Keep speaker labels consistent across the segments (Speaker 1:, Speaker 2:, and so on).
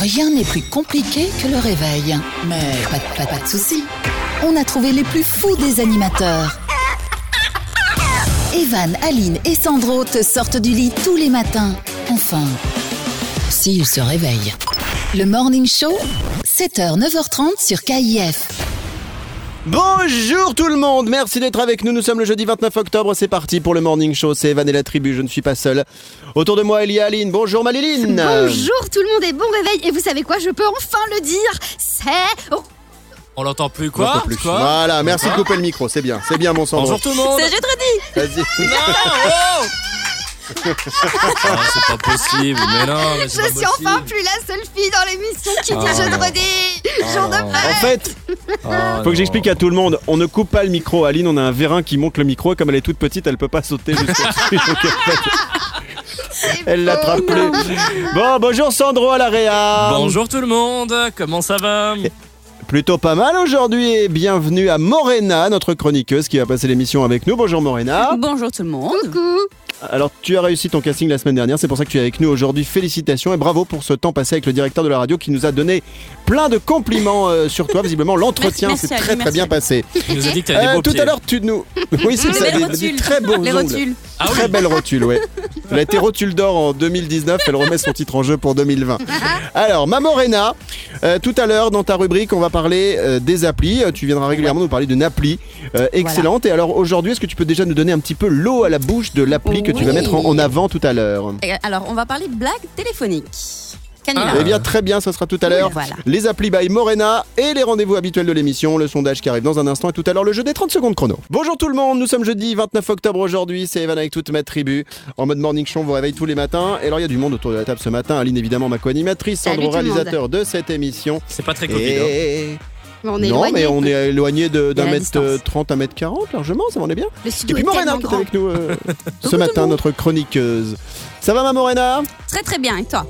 Speaker 1: Rien n'est plus compliqué que le réveil. Mais pas, de- pas- pas de soucis. On a trouvé les plus fous des animateurs. Evan, Aline et Sandro te sortent du lit tous les matins. Enfin, s'ils se réveillent. Le Morning Show, 7h, 9h30 sur KIF.
Speaker 2: Bonjour tout le monde, merci d'être avec nous. Nous sommes le jeudi 29 octobre, c'est parti pour le morning show. C'est Evan et la tribu, je ne suis pas seul. Autour de moi, il y a Aline. Bonjour Maliline.
Speaker 3: Bonjour tout le monde et bon réveil. Et vous savez quoi, je peux enfin le dire. C'est. oh,
Speaker 4: On l'entend plus Ah,
Speaker 2: Non,
Speaker 4: quoi
Speaker 2: pas plus.
Speaker 4: Quoi
Speaker 2: Voilà, merci de couper le micro, c'est bien, c'est bien mon sang.
Speaker 4: Bonjour tout le monde
Speaker 3: c'est jeudi.
Speaker 2: Vas-y.
Speaker 4: Ah, C'est pas possible, mais non mais c'est pas
Speaker 3: Je suis
Speaker 4: possible.
Speaker 3: enfin plus la seule fille dans l'émission qui dit
Speaker 4: Ah, non.
Speaker 3: jeudi. Jour de
Speaker 2: En
Speaker 3: fête.
Speaker 2: fait,
Speaker 4: Ah,
Speaker 2: faut
Speaker 4: non.
Speaker 2: que j'explique à tout le monde, on ne coupe pas le micro. Aline, on a un vérin qui monte le micro et comme elle est toute petite, elle peut pas sauter jusqu'au-dessus. Donc, en fait, elle l'attrape
Speaker 4: Oh
Speaker 2: plus. Bon, bonjour Sandro à la réa.
Speaker 4: Bonjour tout le monde, comment ça va
Speaker 2: Plutôt pas mal aujourd'hui et bienvenue à Morena, notre chroniqueuse qui va passer l'émission avec nous. Bonjour Morena.
Speaker 5: Bonjour tout le monde.
Speaker 3: Coucou.
Speaker 2: Alors, tu as réussi ton casting la semaine dernière, c'est pour ça que tu es avec nous aujourd'hui. Félicitations et bravo pour ce temps passé avec le directeur de la radio qui nous a donné plein de compliments euh, sur toi. Visiblement, l'entretien
Speaker 5: Merci,
Speaker 2: s'est
Speaker 5: merci à
Speaker 2: très
Speaker 5: lui,
Speaker 2: très bien passé.
Speaker 4: Il nous a dit que t'avais des
Speaker 2: Euh,
Speaker 4: beaux
Speaker 2: tout
Speaker 4: pieds.
Speaker 2: à l'heure, tu nous. Oui, c'est
Speaker 5: Les
Speaker 2: ça,
Speaker 5: belles
Speaker 2: des- des
Speaker 5: rotules.
Speaker 2: très beaux
Speaker 5: Les
Speaker 2: ongles.
Speaker 5: rotules.
Speaker 4: Ah
Speaker 2: Très
Speaker 4: oui,
Speaker 2: belle rotule, ouais. Elle a été rotule d'or en 2019, elle remet son titre en jeu pour 2020. Alors, Mamorena, euh, tout à l'heure dans ta rubrique, on va parler euh, des applis. Euh, Tu viendras régulièrement nous parler d'une appli euh, excellente. Et alors, aujourd'hui, est-ce que tu peux déjà nous donner un petit peu l'eau à la bouche de l'appli que tu vas
Speaker 5: Oui.
Speaker 2: mettre en, en avant tout à l'heure
Speaker 3: Eh
Speaker 5: Et
Speaker 3: euh,
Speaker 5: Alors, on va parler blagues téléphoniques. Canula.
Speaker 4: Ah.
Speaker 2: Eh bien, très bien, ça sera tout à l'heure.
Speaker 5: Voilà.
Speaker 2: Les applis by Morena et les rendez-vous habituels de l'émission, le sondage qui arrive dans un instant et tout à l'heure le jeu des 30 secondes chrono. Bonjour tout le monde, nous sommes jeudi 29 octobre aujourd'hui, c'est Evan avec toute ma tribu. En mode morning show, on vous réveille tous les matins. Et alors, il y a du monde autour de la table ce matin. Aline, évidemment, ma co-animatrice,
Speaker 3: Salut
Speaker 2: Sandro,
Speaker 3: tout le monde.
Speaker 2: réalisateur de cette émission.
Speaker 4: c'est pas très coquille. hein.
Speaker 2: Et...
Speaker 3: On est
Speaker 2: Non,
Speaker 3: éloignés.
Speaker 2: mais on est éloigné de- d'un
Speaker 5: la
Speaker 2: mètre
Speaker 5: distance.
Speaker 2: euh, 30 à mètre 40 largement, ça m'en est bien.
Speaker 3: Le
Speaker 2: Et
Speaker 3: studio
Speaker 2: puis
Speaker 3: est
Speaker 2: Morena
Speaker 3: tellement
Speaker 2: qui est
Speaker 3: grand.
Speaker 2: avec nous euh,
Speaker 5: Coucou
Speaker 2: ce
Speaker 5: tout le
Speaker 2: matin,
Speaker 5: monde.
Speaker 2: notre chroniqueuse. Ça va ma Morena
Speaker 5: Très très bien, et toi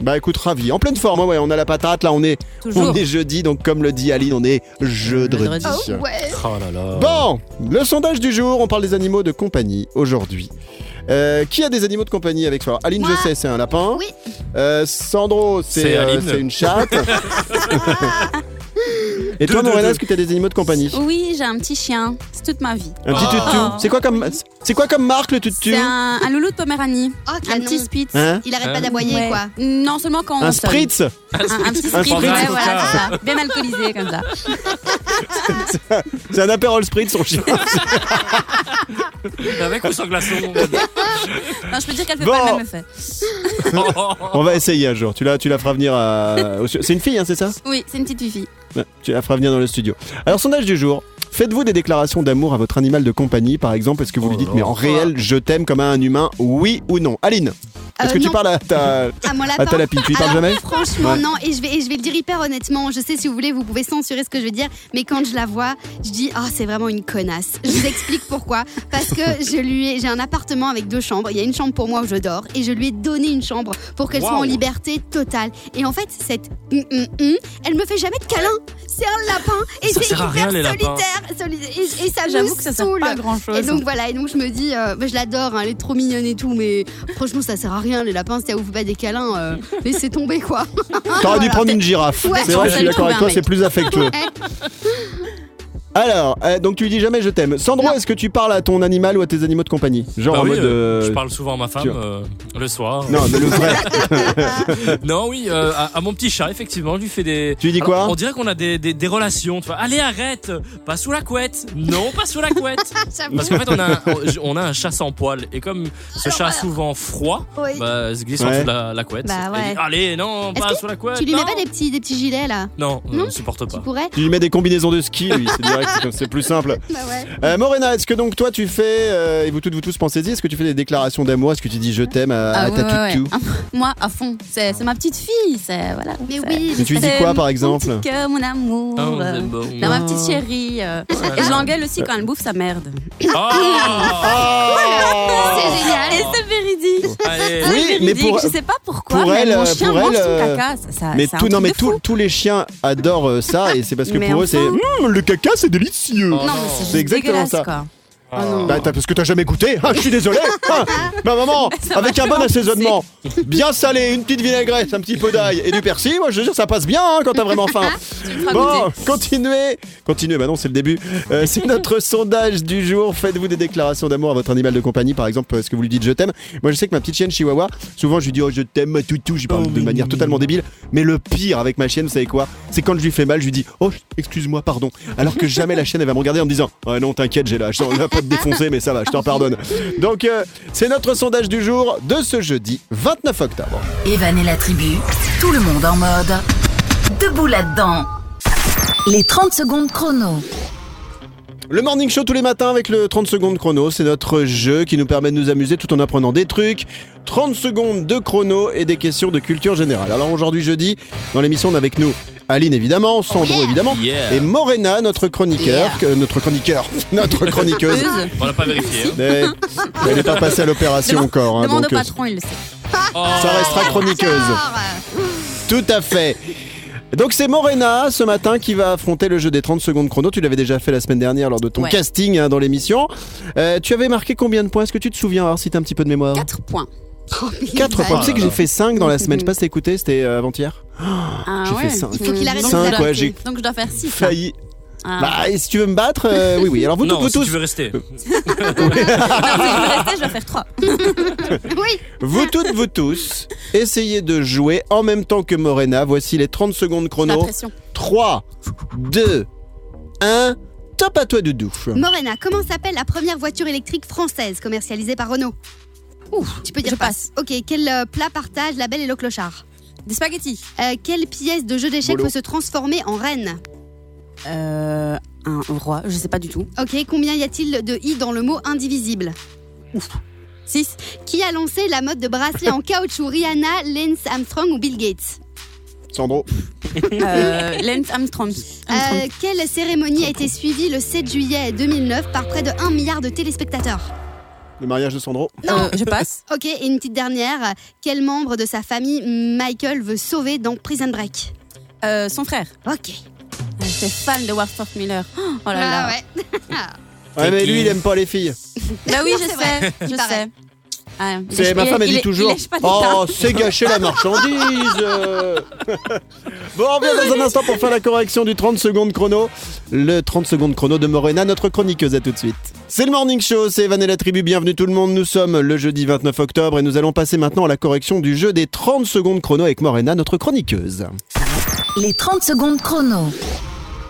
Speaker 2: Bah écoute, ravi. En pleine forme, ouais, ouais, on a la patate, là on est On
Speaker 5: Toujours.
Speaker 2: est jeudi, donc comme le dit Aline, on est jeudi.
Speaker 5: Jeudi.
Speaker 3: Oh ouais.
Speaker 4: Oh là là.
Speaker 2: Bon, le sondage du jour, on parle des animaux de compagnie aujourd'hui. Euh, qui a des animaux de compagnie avec soi Aline,
Speaker 3: Moi.
Speaker 2: je sais, c'est un lapin.
Speaker 3: Oui.
Speaker 2: Euh, Sandro, c'est
Speaker 4: C'est
Speaker 2: euh,
Speaker 4: Aline.
Speaker 2: c'est une chatte. Et toi,
Speaker 4: Deux, deux,
Speaker 2: Morena,
Speaker 4: deux.
Speaker 2: est-ce que tu as des animaux de compagnie
Speaker 5: Oui, j'ai un petit chien. C'est toute ma vie.
Speaker 2: Un petit
Speaker 4: Oh.
Speaker 2: tutu. C'est quoi comme c'est quoi comme marque le tutu
Speaker 5: C'est un, un loulou de Poméranie.
Speaker 3: Oh,
Speaker 5: Un
Speaker 3: canon.
Speaker 5: petit spitz.
Speaker 2: Hein
Speaker 3: Il arrête
Speaker 4: Euh,
Speaker 3: pas d'aboyer,
Speaker 5: Ouais.
Speaker 3: quoi.
Speaker 5: Non seulement quand
Speaker 2: Un
Speaker 5: on sonne.
Speaker 2: spritz
Speaker 5: Un, un petit
Speaker 2: Un
Speaker 5: spritz.
Speaker 2: spritz.
Speaker 5: ouais, voilà, c'est ça. Bien alcoolisé comme ça.
Speaker 2: C'est un apérol spritz, son chien.
Speaker 4: Avec ou sans glaçon
Speaker 2: Bah
Speaker 5: Non, je peux dire qu'elle fait
Speaker 2: Bon.
Speaker 5: pas le même effet.
Speaker 4: Oh, oh, oh.
Speaker 2: On va essayer un jour. Tu la, tu la feras venir à. au- C'est une fille, hein, c'est ça
Speaker 5: Oui, c'est une petite fille.
Speaker 2: Ouais, Tu la feras venir dans le studio. Alors, sondage du jour. Faites-vous des déclarations d'amour à votre animal de compagnie, par exemple Est-ce que
Speaker 4: Oh
Speaker 2: vous lui dites, mais en réel, je t'aime comme à un humain, oui ou non Aline, est-ce
Speaker 3: Euh,
Speaker 2: que tu
Speaker 3: non,
Speaker 2: parles à ta,
Speaker 3: à mon lapin.
Speaker 2: à ta lapine Tu lui parles
Speaker 3: Alors,
Speaker 2: jamais
Speaker 3: Franchement,
Speaker 2: Ouais.
Speaker 3: non, et je, vais, et je vais le dire hyper honnêtement. Je sais, si vous voulez, vous pouvez censurer ce que je vais dire, mais quand je la vois, je dis Ah, c'est vraiment une connasse. Je vous explique pourquoi. Parce que je lui ai- j'ai un appartement avec deux chambres. Il y a une chambre pour moi où je dors, et je lui ai donné une chambre pour qu'elle soit
Speaker 4: Waouh.
Speaker 3: en liberté totale. Et en fait, cette hum, hum, hum, elle me fait jamais de câlin. C'est un lapin, et
Speaker 4: Ça
Speaker 3: c'est
Speaker 4: sert à
Speaker 3: hyper
Speaker 4: rien, les lapins.
Speaker 3: solitaire. soli- et, et ça me
Speaker 5: J'avoue que ça sert
Speaker 3: Ah, saoule.
Speaker 5: pas à grand
Speaker 3: Et
Speaker 5: chose.
Speaker 3: donc voilà, et donc je me dis, euh, bah, je l'adore, hein, elle est trop mignonne et tout, mais franchement ça sert à rien, les lapins, si elle vous fait pas des câlins, euh, laissez tomber quoi.
Speaker 2: T'aurais dû prendre une girafe.
Speaker 3: euh, Ouais,
Speaker 2: c'est
Speaker 3: tu
Speaker 2: vrai,
Speaker 3: vas
Speaker 2: je suis
Speaker 5: lui
Speaker 2: d'accord
Speaker 5: trouver
Speaker 2: avec
Speaker 5: un
Speaker 2: toi,
Speaker 5: mec.
Speaker 2: c'est plus affectueux. Alors, euh, donc tu lui dis jamais je t'aime. Sandro,
Speaker 3: Non.
Speaker 2: est-ce que tu parles à ton animal ou à tes animaux de compagnie Genre
Speaker 4: Bah
Speaker 2: en
Speaker 4: oui,
Speaker 2: mode.
Speaker 4: euh,
Speaker 2: euh,
Speaker 4: Je parle souvent à ma
Speaker 2: tu-
Speaker 4: femme euh, le soir.
Speaker 2: Non, mais le vrai.
Speaker 4: Non, oui, euh, à, à mon petit chat, effectivement, je lui fais des.
Speaker 2: Tu lui dis
Speaker 4: Alors,
Speaker 2: quoi
Speaker 4: On dirait qu'on a des, des, des relations. Tu vois. Allez, arrête Pas sous la couette Non, pas sous la couette
Speaker 3: J'avoue.
Speaker 4: Parce qu'en fait, on a, un, on a un chat sans poil. Et comme ce chat a souvent froid,
Speaker 3: Oui.
Speaker 4: bah, elle se glisse en
Speaker 2: Ouais.
Speaker 4: dessous de la, la couette.
Speaker 3: Bah
Speaker 4: Elle
Speaker 3: ouais.
Speaker 4: dit, Allez, non,
Speaker 3: Est-ce
Speaker 4: pas
Speaker 3: que
Speaker 4: sous la couette.
Speaker 3: tu lui mets
Speaker 4: non.
Speaker 3: pas des petits, des petits gilets là
Speaker 4: Non,
Speaker 3: Non
Speaker 4: on ne supporte
Speaker 3: Tu
Speaker 5: Bah.
Speaker 4: pas.
Speaker 3: pourrais
Speaker 2: Tu lui mets des combinaisons de ski, lui, c'est direct, c'est comme- c'est plus simple.
Speaker 3: Bah ouais.
Speaker 2: Euh, Morena, est-ce que donc toi tu fais, euh, et vous toutes vous tous pensez-y, est-ce que tu fais des déclarations d'amour Est-ce que tu dis je t'aime à, à
Speaker 5: Ah, ouais,
Speaker 2: ta
Speaker 5: ouais,
Speaker 2: tutu
Speaker 5: ouais. Moi, à fond. C'est c'est ma petite fille. C'est voilà.
Speaker 3: Mais
Speaker 5: c'est-
Speaker 3: oui,
Speaker 2: Et tu lui dis
Speaker 5: C'est
Speaker 2: quoi
Speaker 5: mon
Speaker 2: par exemple
Speaker 5: petit cœur, mon amour.
Speaker 4: Ah, on
Speaker 5: euh,
Speaker 4: aime beaucoup.
Speaker 5: Non, ma petite chérie. euh. Et je l'engueule aussi quand elle bouffe sa merde.
Speaker 4: Ah
Speaker 5: Ah,
Speaker 2: Oh.
Speaker 3: c'est génial.
Speaker 5: Et c'est véridique.
Speaker 4: Allez.
Speaker 2: Oui,
Speaker 5: C'est
Speaker 2: mais
Speaker 5: véridique.
Speaker 2: pour-
Speaker 5: je sais pas pourquoi,
Speaker 2: pour
Speaker 5: mais
Speaker 2: elle,
Speaker 5: mon
Speaker 2: euh,
Speaker 5: chien
Speaker 2: pour
Speaker 5: mange
Speaker 2: elle,
Speaker 5: son
Speaker 2: euh,
Speaker 5: caca. Ça, ça-
Speaker 2: Mais
Speaker 5: c'est un
Speaker 2: tout, non,
Speaker 5: truc
Speaker 2: mais
Speaker 5: de fou.
Speaker 2: tout- tous les chiens adorent euh, ça et c'est parce que
Speaker 5: Mais
Speaker 2: pour eux c'est
Speaker 5: enfin.
Speaker 2: Hum, le caca c'est délicieux.
Speaker 4: Oh.
Speaker 5: Non, mais c'est
Speaker 2: C'est
Speaker 5: juste
Speaker 2: exactement
Speaker 5: dégueulasse,
Speaker 2: ça.
Speaker 5: quoi.
Speaker 2: Bah, t'as- parce que t'as jamais goûté. Ah, je suis désolé. Ah, bah, maman, avec un bon assaisonnement, bien salé, une petite vinaigrette, un petit peu d'ail et du persil, moi je te jure, ça passe bien hein, quand t'as vraiment faim. Bon, continuez. Continuez, bah non, c'est le début. Euh, c'est notre sondage du jour. Faites-vous des déclarations d'amour à votre animal de compagnie, par exemple, est-ce que vous lui dites je t'aime Moi, je sais que ma petite chienne Chihuahua, souvent je lui dis oh, je t'aime, ma toutou, j'y parle de manière totalement débile. Mais le pire avec ma chienne, vous savez quoi C'est quand je lui fais mal, je lui dis oh, excuse-moi, pardon. Alors que jamais la chienne, elle va me regarder en me disant oh non, t'inquiète, j'ai lâché, on va pas te défoncer, mais ça va, je t'en pardonne. Donc, euh, c'est notre sondage du jour de ce jeudi 29 octobre.
Speaker 1: Evan et la tribu, tout le monde en mode. Debout là-dedans. Les 30 secondes chrono.
Speaker 2: Le morning show tous les matins avec le 30 secondes chrono, c'est notre jeu qui nous permet de nous amuser tout en apprenant des trucs. 30 secondes de chrono et des questions de culture générale. Alors aujourd'hui jeudi, dans l'émission, on a avec nous Aline évidemment, Sandro évidemment,
Speaker 4: Yeah.
Speaker 2: et Morena, notre chroniqueur, que- notre chroniqueur, notre chroniqueuse.
Speaker 4: On l'a pas vérifié. hein.
Speaker 2: Mais elle n'est pas passée à l'opération encore. hein,
Speaker 5: Demande
Speaker 2: donc,
Speaker 5: au
Speaker 2: euh,
Speaker 5: patron, il le sait.
Speaker 4: Oh.
Speaker 2: ça restera chroniqueuse. Tout à fait. Donc c'est Morena ce matin qui va affronter le jeu des 30 secondes chrono. Tu l'avais déjà fait la semaine dernière lors de ton
Speaker 5: Ouais.
Speaker 2: casting hein, dans l'émission. Euh, tu avais marqué combien de points Est-ce que tu te souviens Alors si t'as un petit peu de mémoire
Speaker 5: 4 points.
Speaker 2: Quatre points. Tu sais que j'ai fait 5 dans la semaine. Je sais pas si t'as écouté, c'était euh, avant-hier.
Speaker 5: Ah
Speaker 2: J'ai fait
Speaker 5: ouais.
Speaker 2: cinq.
Speaker 3: Il faut qu'il arrête de
Speaker 5: Donc,
Speaker 2: Cinq,
Speaker 3: s'adapter.
Speaker 2: ouais, j'ai-
Speaker 5: Donc je dois faire hein. Ah. 6.
Speaker 2: Failli. Bah, et si tu veux me battre, euh, oui, oui. Alors vous,
Speaker 4: non,
Speaker 2: tous- vous
Speaker 4: si
Speaker 2: tous, Euh,
Speaker 4: tu veux rester.
Speaker 2: Bah.
Speaker 5: si je veux rester, je dois faire 3.
Speaker 3: Oui,
Speaker 2: vous toutes, vous tous, essayez de jouer en même temps que Morena. Voici les 30 secondes
Speaker 5: La
Speaker 2: chrono.
Speaker 5: pression.
Speaker 2: 3, 2, 1. Top à toi, Doudou.
Speaker 3: Morena, comment s'appelle la première voiture électrique française commercialisée par Renault Tu peux dire
Speaker 5: je
Speaker 3: passe. Ok, quel euh, plat partage la belle et le clochard
Speaker 5: Des spaghettis.
Speaker 3: Euh, Quelle pièce de jeu d'échecs
Speaker 2: Bolo.
Speaker 3: peut se transformer en reine
Speaker 5: Euh, un roi, je sais pas du tout.
Speaker 3: Ok, combien y a-t-il de i dans le mot indivisible
Speaker 5: 6.
Speaker 3: Qui a lancé la mode de bracelet en caoutchouc Rihanna, Lance Armstrong ou Bill Gates
Speaker 2: Sandro.
Speaker 5: Euh, Lance Armstrong. Armstrong.
Speaker 3: Euh, Quelle cérémonie a été suivie le 7 juillet 2009 par près de 1 milliard de téléspectateurs
Speaker 2: Le mariage de Sandro.
Speaker 5: Euh, je passe.
Speaker 3: Ok, et une petite dernière. Quel membre de sa famille Michael veut sauver dans Prison Break
Speaker 5: Euh, son frère. Ah,
Speaker 3: Ok.
Speaker 5: J'étais fan de Warford Miller. Oh là là.
Speaker 3: Ah ouais.
Speaker 2: Ouais, mais lui, il aime pas les filles.
Speaker 5: Bah oui, je
Speaker 3: C'est
Speaker 5: sais. Je
Speaker 3: paraît.
Speaker 5: sais. Ah, il
Speaker 2: C'est
Speaker 5: lèche-
Speaker 2: ma
Speaker 5: il-
Speaker 2: femme, elle
Speaker 5: il-
Speaker 2: dit
Speaker 5: il
Speaker 2: toujours
Speaker 5: lèche pas des tartes.
Speaker 2: Oh, c'est gâché la marchandise euh. Bon, on revient dans un instant pour faire la correction du 30 secondes chrono. Le 30 secondes chrono de Morena, notre chroniqueuse, à tout de suite. C'est le Morning Show, c'est Evan et la tribu, bienvenue tout le monde. Nous sommes le jeudi 29 octobre et nous allons passer maintenant à la correction du jeu des 30 secondes chrono avec Morena, notre chroniqueuse.
Speaker 1: Les 30 secondes chrono.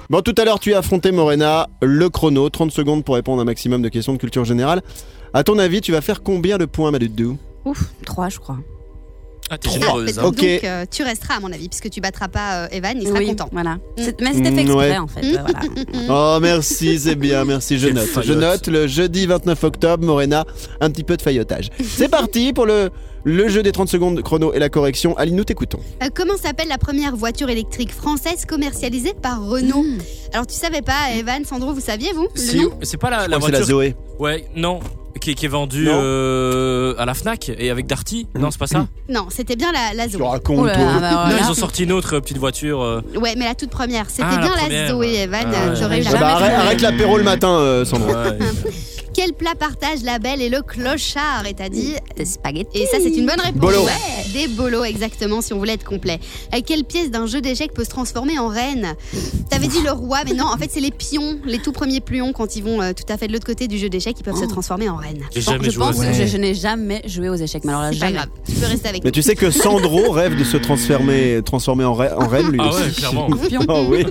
Speaker 2: Bon, tout à l'heure, tu as affronté Morena, le chrono, 30 secondes pour répondre à un maximum de questions de culture générale. À ton avis, tu vas faire combien de points, Madudou
Speaker 5: Ouf, 3 je crois.
Speaker 4: Ah, t'es
Speaker 2: Trois.
Speaker 4: généreuse. hein.
Speaker 2: Ok.
Speaker 3: Donc euh, tu resteras à mon avis puisque tu battras pas euh, Evan, il sera
Speaker 5: oui,
Speaker 3: content.
Speaker 5: Voilà. C'est- Mais c'était fait
Speaker 2: Mm,
Speaker 5: exprès
Speaker 2: ouais.
Speaker 5: en fait. euh, voilà.
Speaker 2: Oh merci, c'est bien, merci, je
Speaker 4: Quelle
Speaker 2: note. Je
Speaker 4: faillotte.
Speaker 2: note le jeudi 29 octobre, Morena, un petit peu de faillotage. C'est parti pour le, le jeu des 30 secondes chrono et la correction. Aline, nous t'écoutons.
Speaker 3: Euh, comment s'appelle la première voiture électrique française commercialisée par Renault Alors tu savais pas Evan, Sandro, vous saviez vous le
Speaker 4: Si-
Speaker 3: nom
Speaker 4: C'est pas la, la
Speaker 2: Oh, c'est
Speaker 4: voiture.
Speaker 2: la Zoé.
Speaker 4: Ouais, non. Qui, qui est vendue
Speaker 2: Non. Mm.
Speaker 4: euh, à la Fnac et avec Darty. Non, c'est pas ça.
Speaker 3: Non, c'était bien la, la
Speaker 2: Tu
Speaker 3: Zoé.
Speaker 2: racontes,
Speaker 5: Oh là là,
Speaker 2: toi.
Speaker 5: bah voilà.
Speaker 4: Non, ils ont sorti une autre euh, petite voiture. euh,
Speaker 3: Ouais, mais la toute première, c'était
Speaker 4: Ah, la
Speaker 3: bien la,
Speaker 4: première.
Speaker 3: Zoé Evan,
Speaker 4: Ah,
Speaker 3: euh,
Speaker 4: ouais.
Speaker 3: j'aurais
Speaker 5: Ouais,
Speaker 2: Ah bah,
Speaker 3: jamais
Speaker 5: Jamais
Speaker 2: arrête
Speaker 5: trouvé.
Speaker 2: arrête l'apéro le matin, euh, Sandro.
Speaker 3: Quel plat partage la belle et le clochard Et t'as dit.
Speaker 5: Des spaghettis.
Speaker 3: Et ça, c'est une bonne réponse.
Speaker 2: Bolo.
Speaker 3: Ouais, des bolos, exactement, si on voulait être complet. Euh, quelle pièce d'un jeu d'échecs peut se transformer en reine T'avais dit le roi, mais non, en fait, c'est les pions, les tout premiers pions, quand ils vont euh, tout à fait de l'autre côté du jeu d'échecs, ils peuvent
Speaker 2: Oh.
Speaker 3: se transformer en reine.
Speaker 4: J'ai
Speaker 5: Je pense-
Speaker 4: jamais
Speaker 5: je
Speaker 4: joué. à
Speaker 5: pense
Speaker 4: ça.
Speaker 5: que je, je n'ai jamais joué aux échecs. Mais alors là,
Speaker 3: C'est pas
Speaker 5: jamais.
Speaker 3: grave, tu peux rester avec
Speaker 2: Ah, Mais
Speaker 3: nous.
Speaker 2: tu sais que Sandro rêve de se transformer, transformer en, re- en reine, lui
Speaker 4: Ah ouais,
Speaker 2: aussi.
Speaker 4: clairement.
Speaker 2: Oh oui.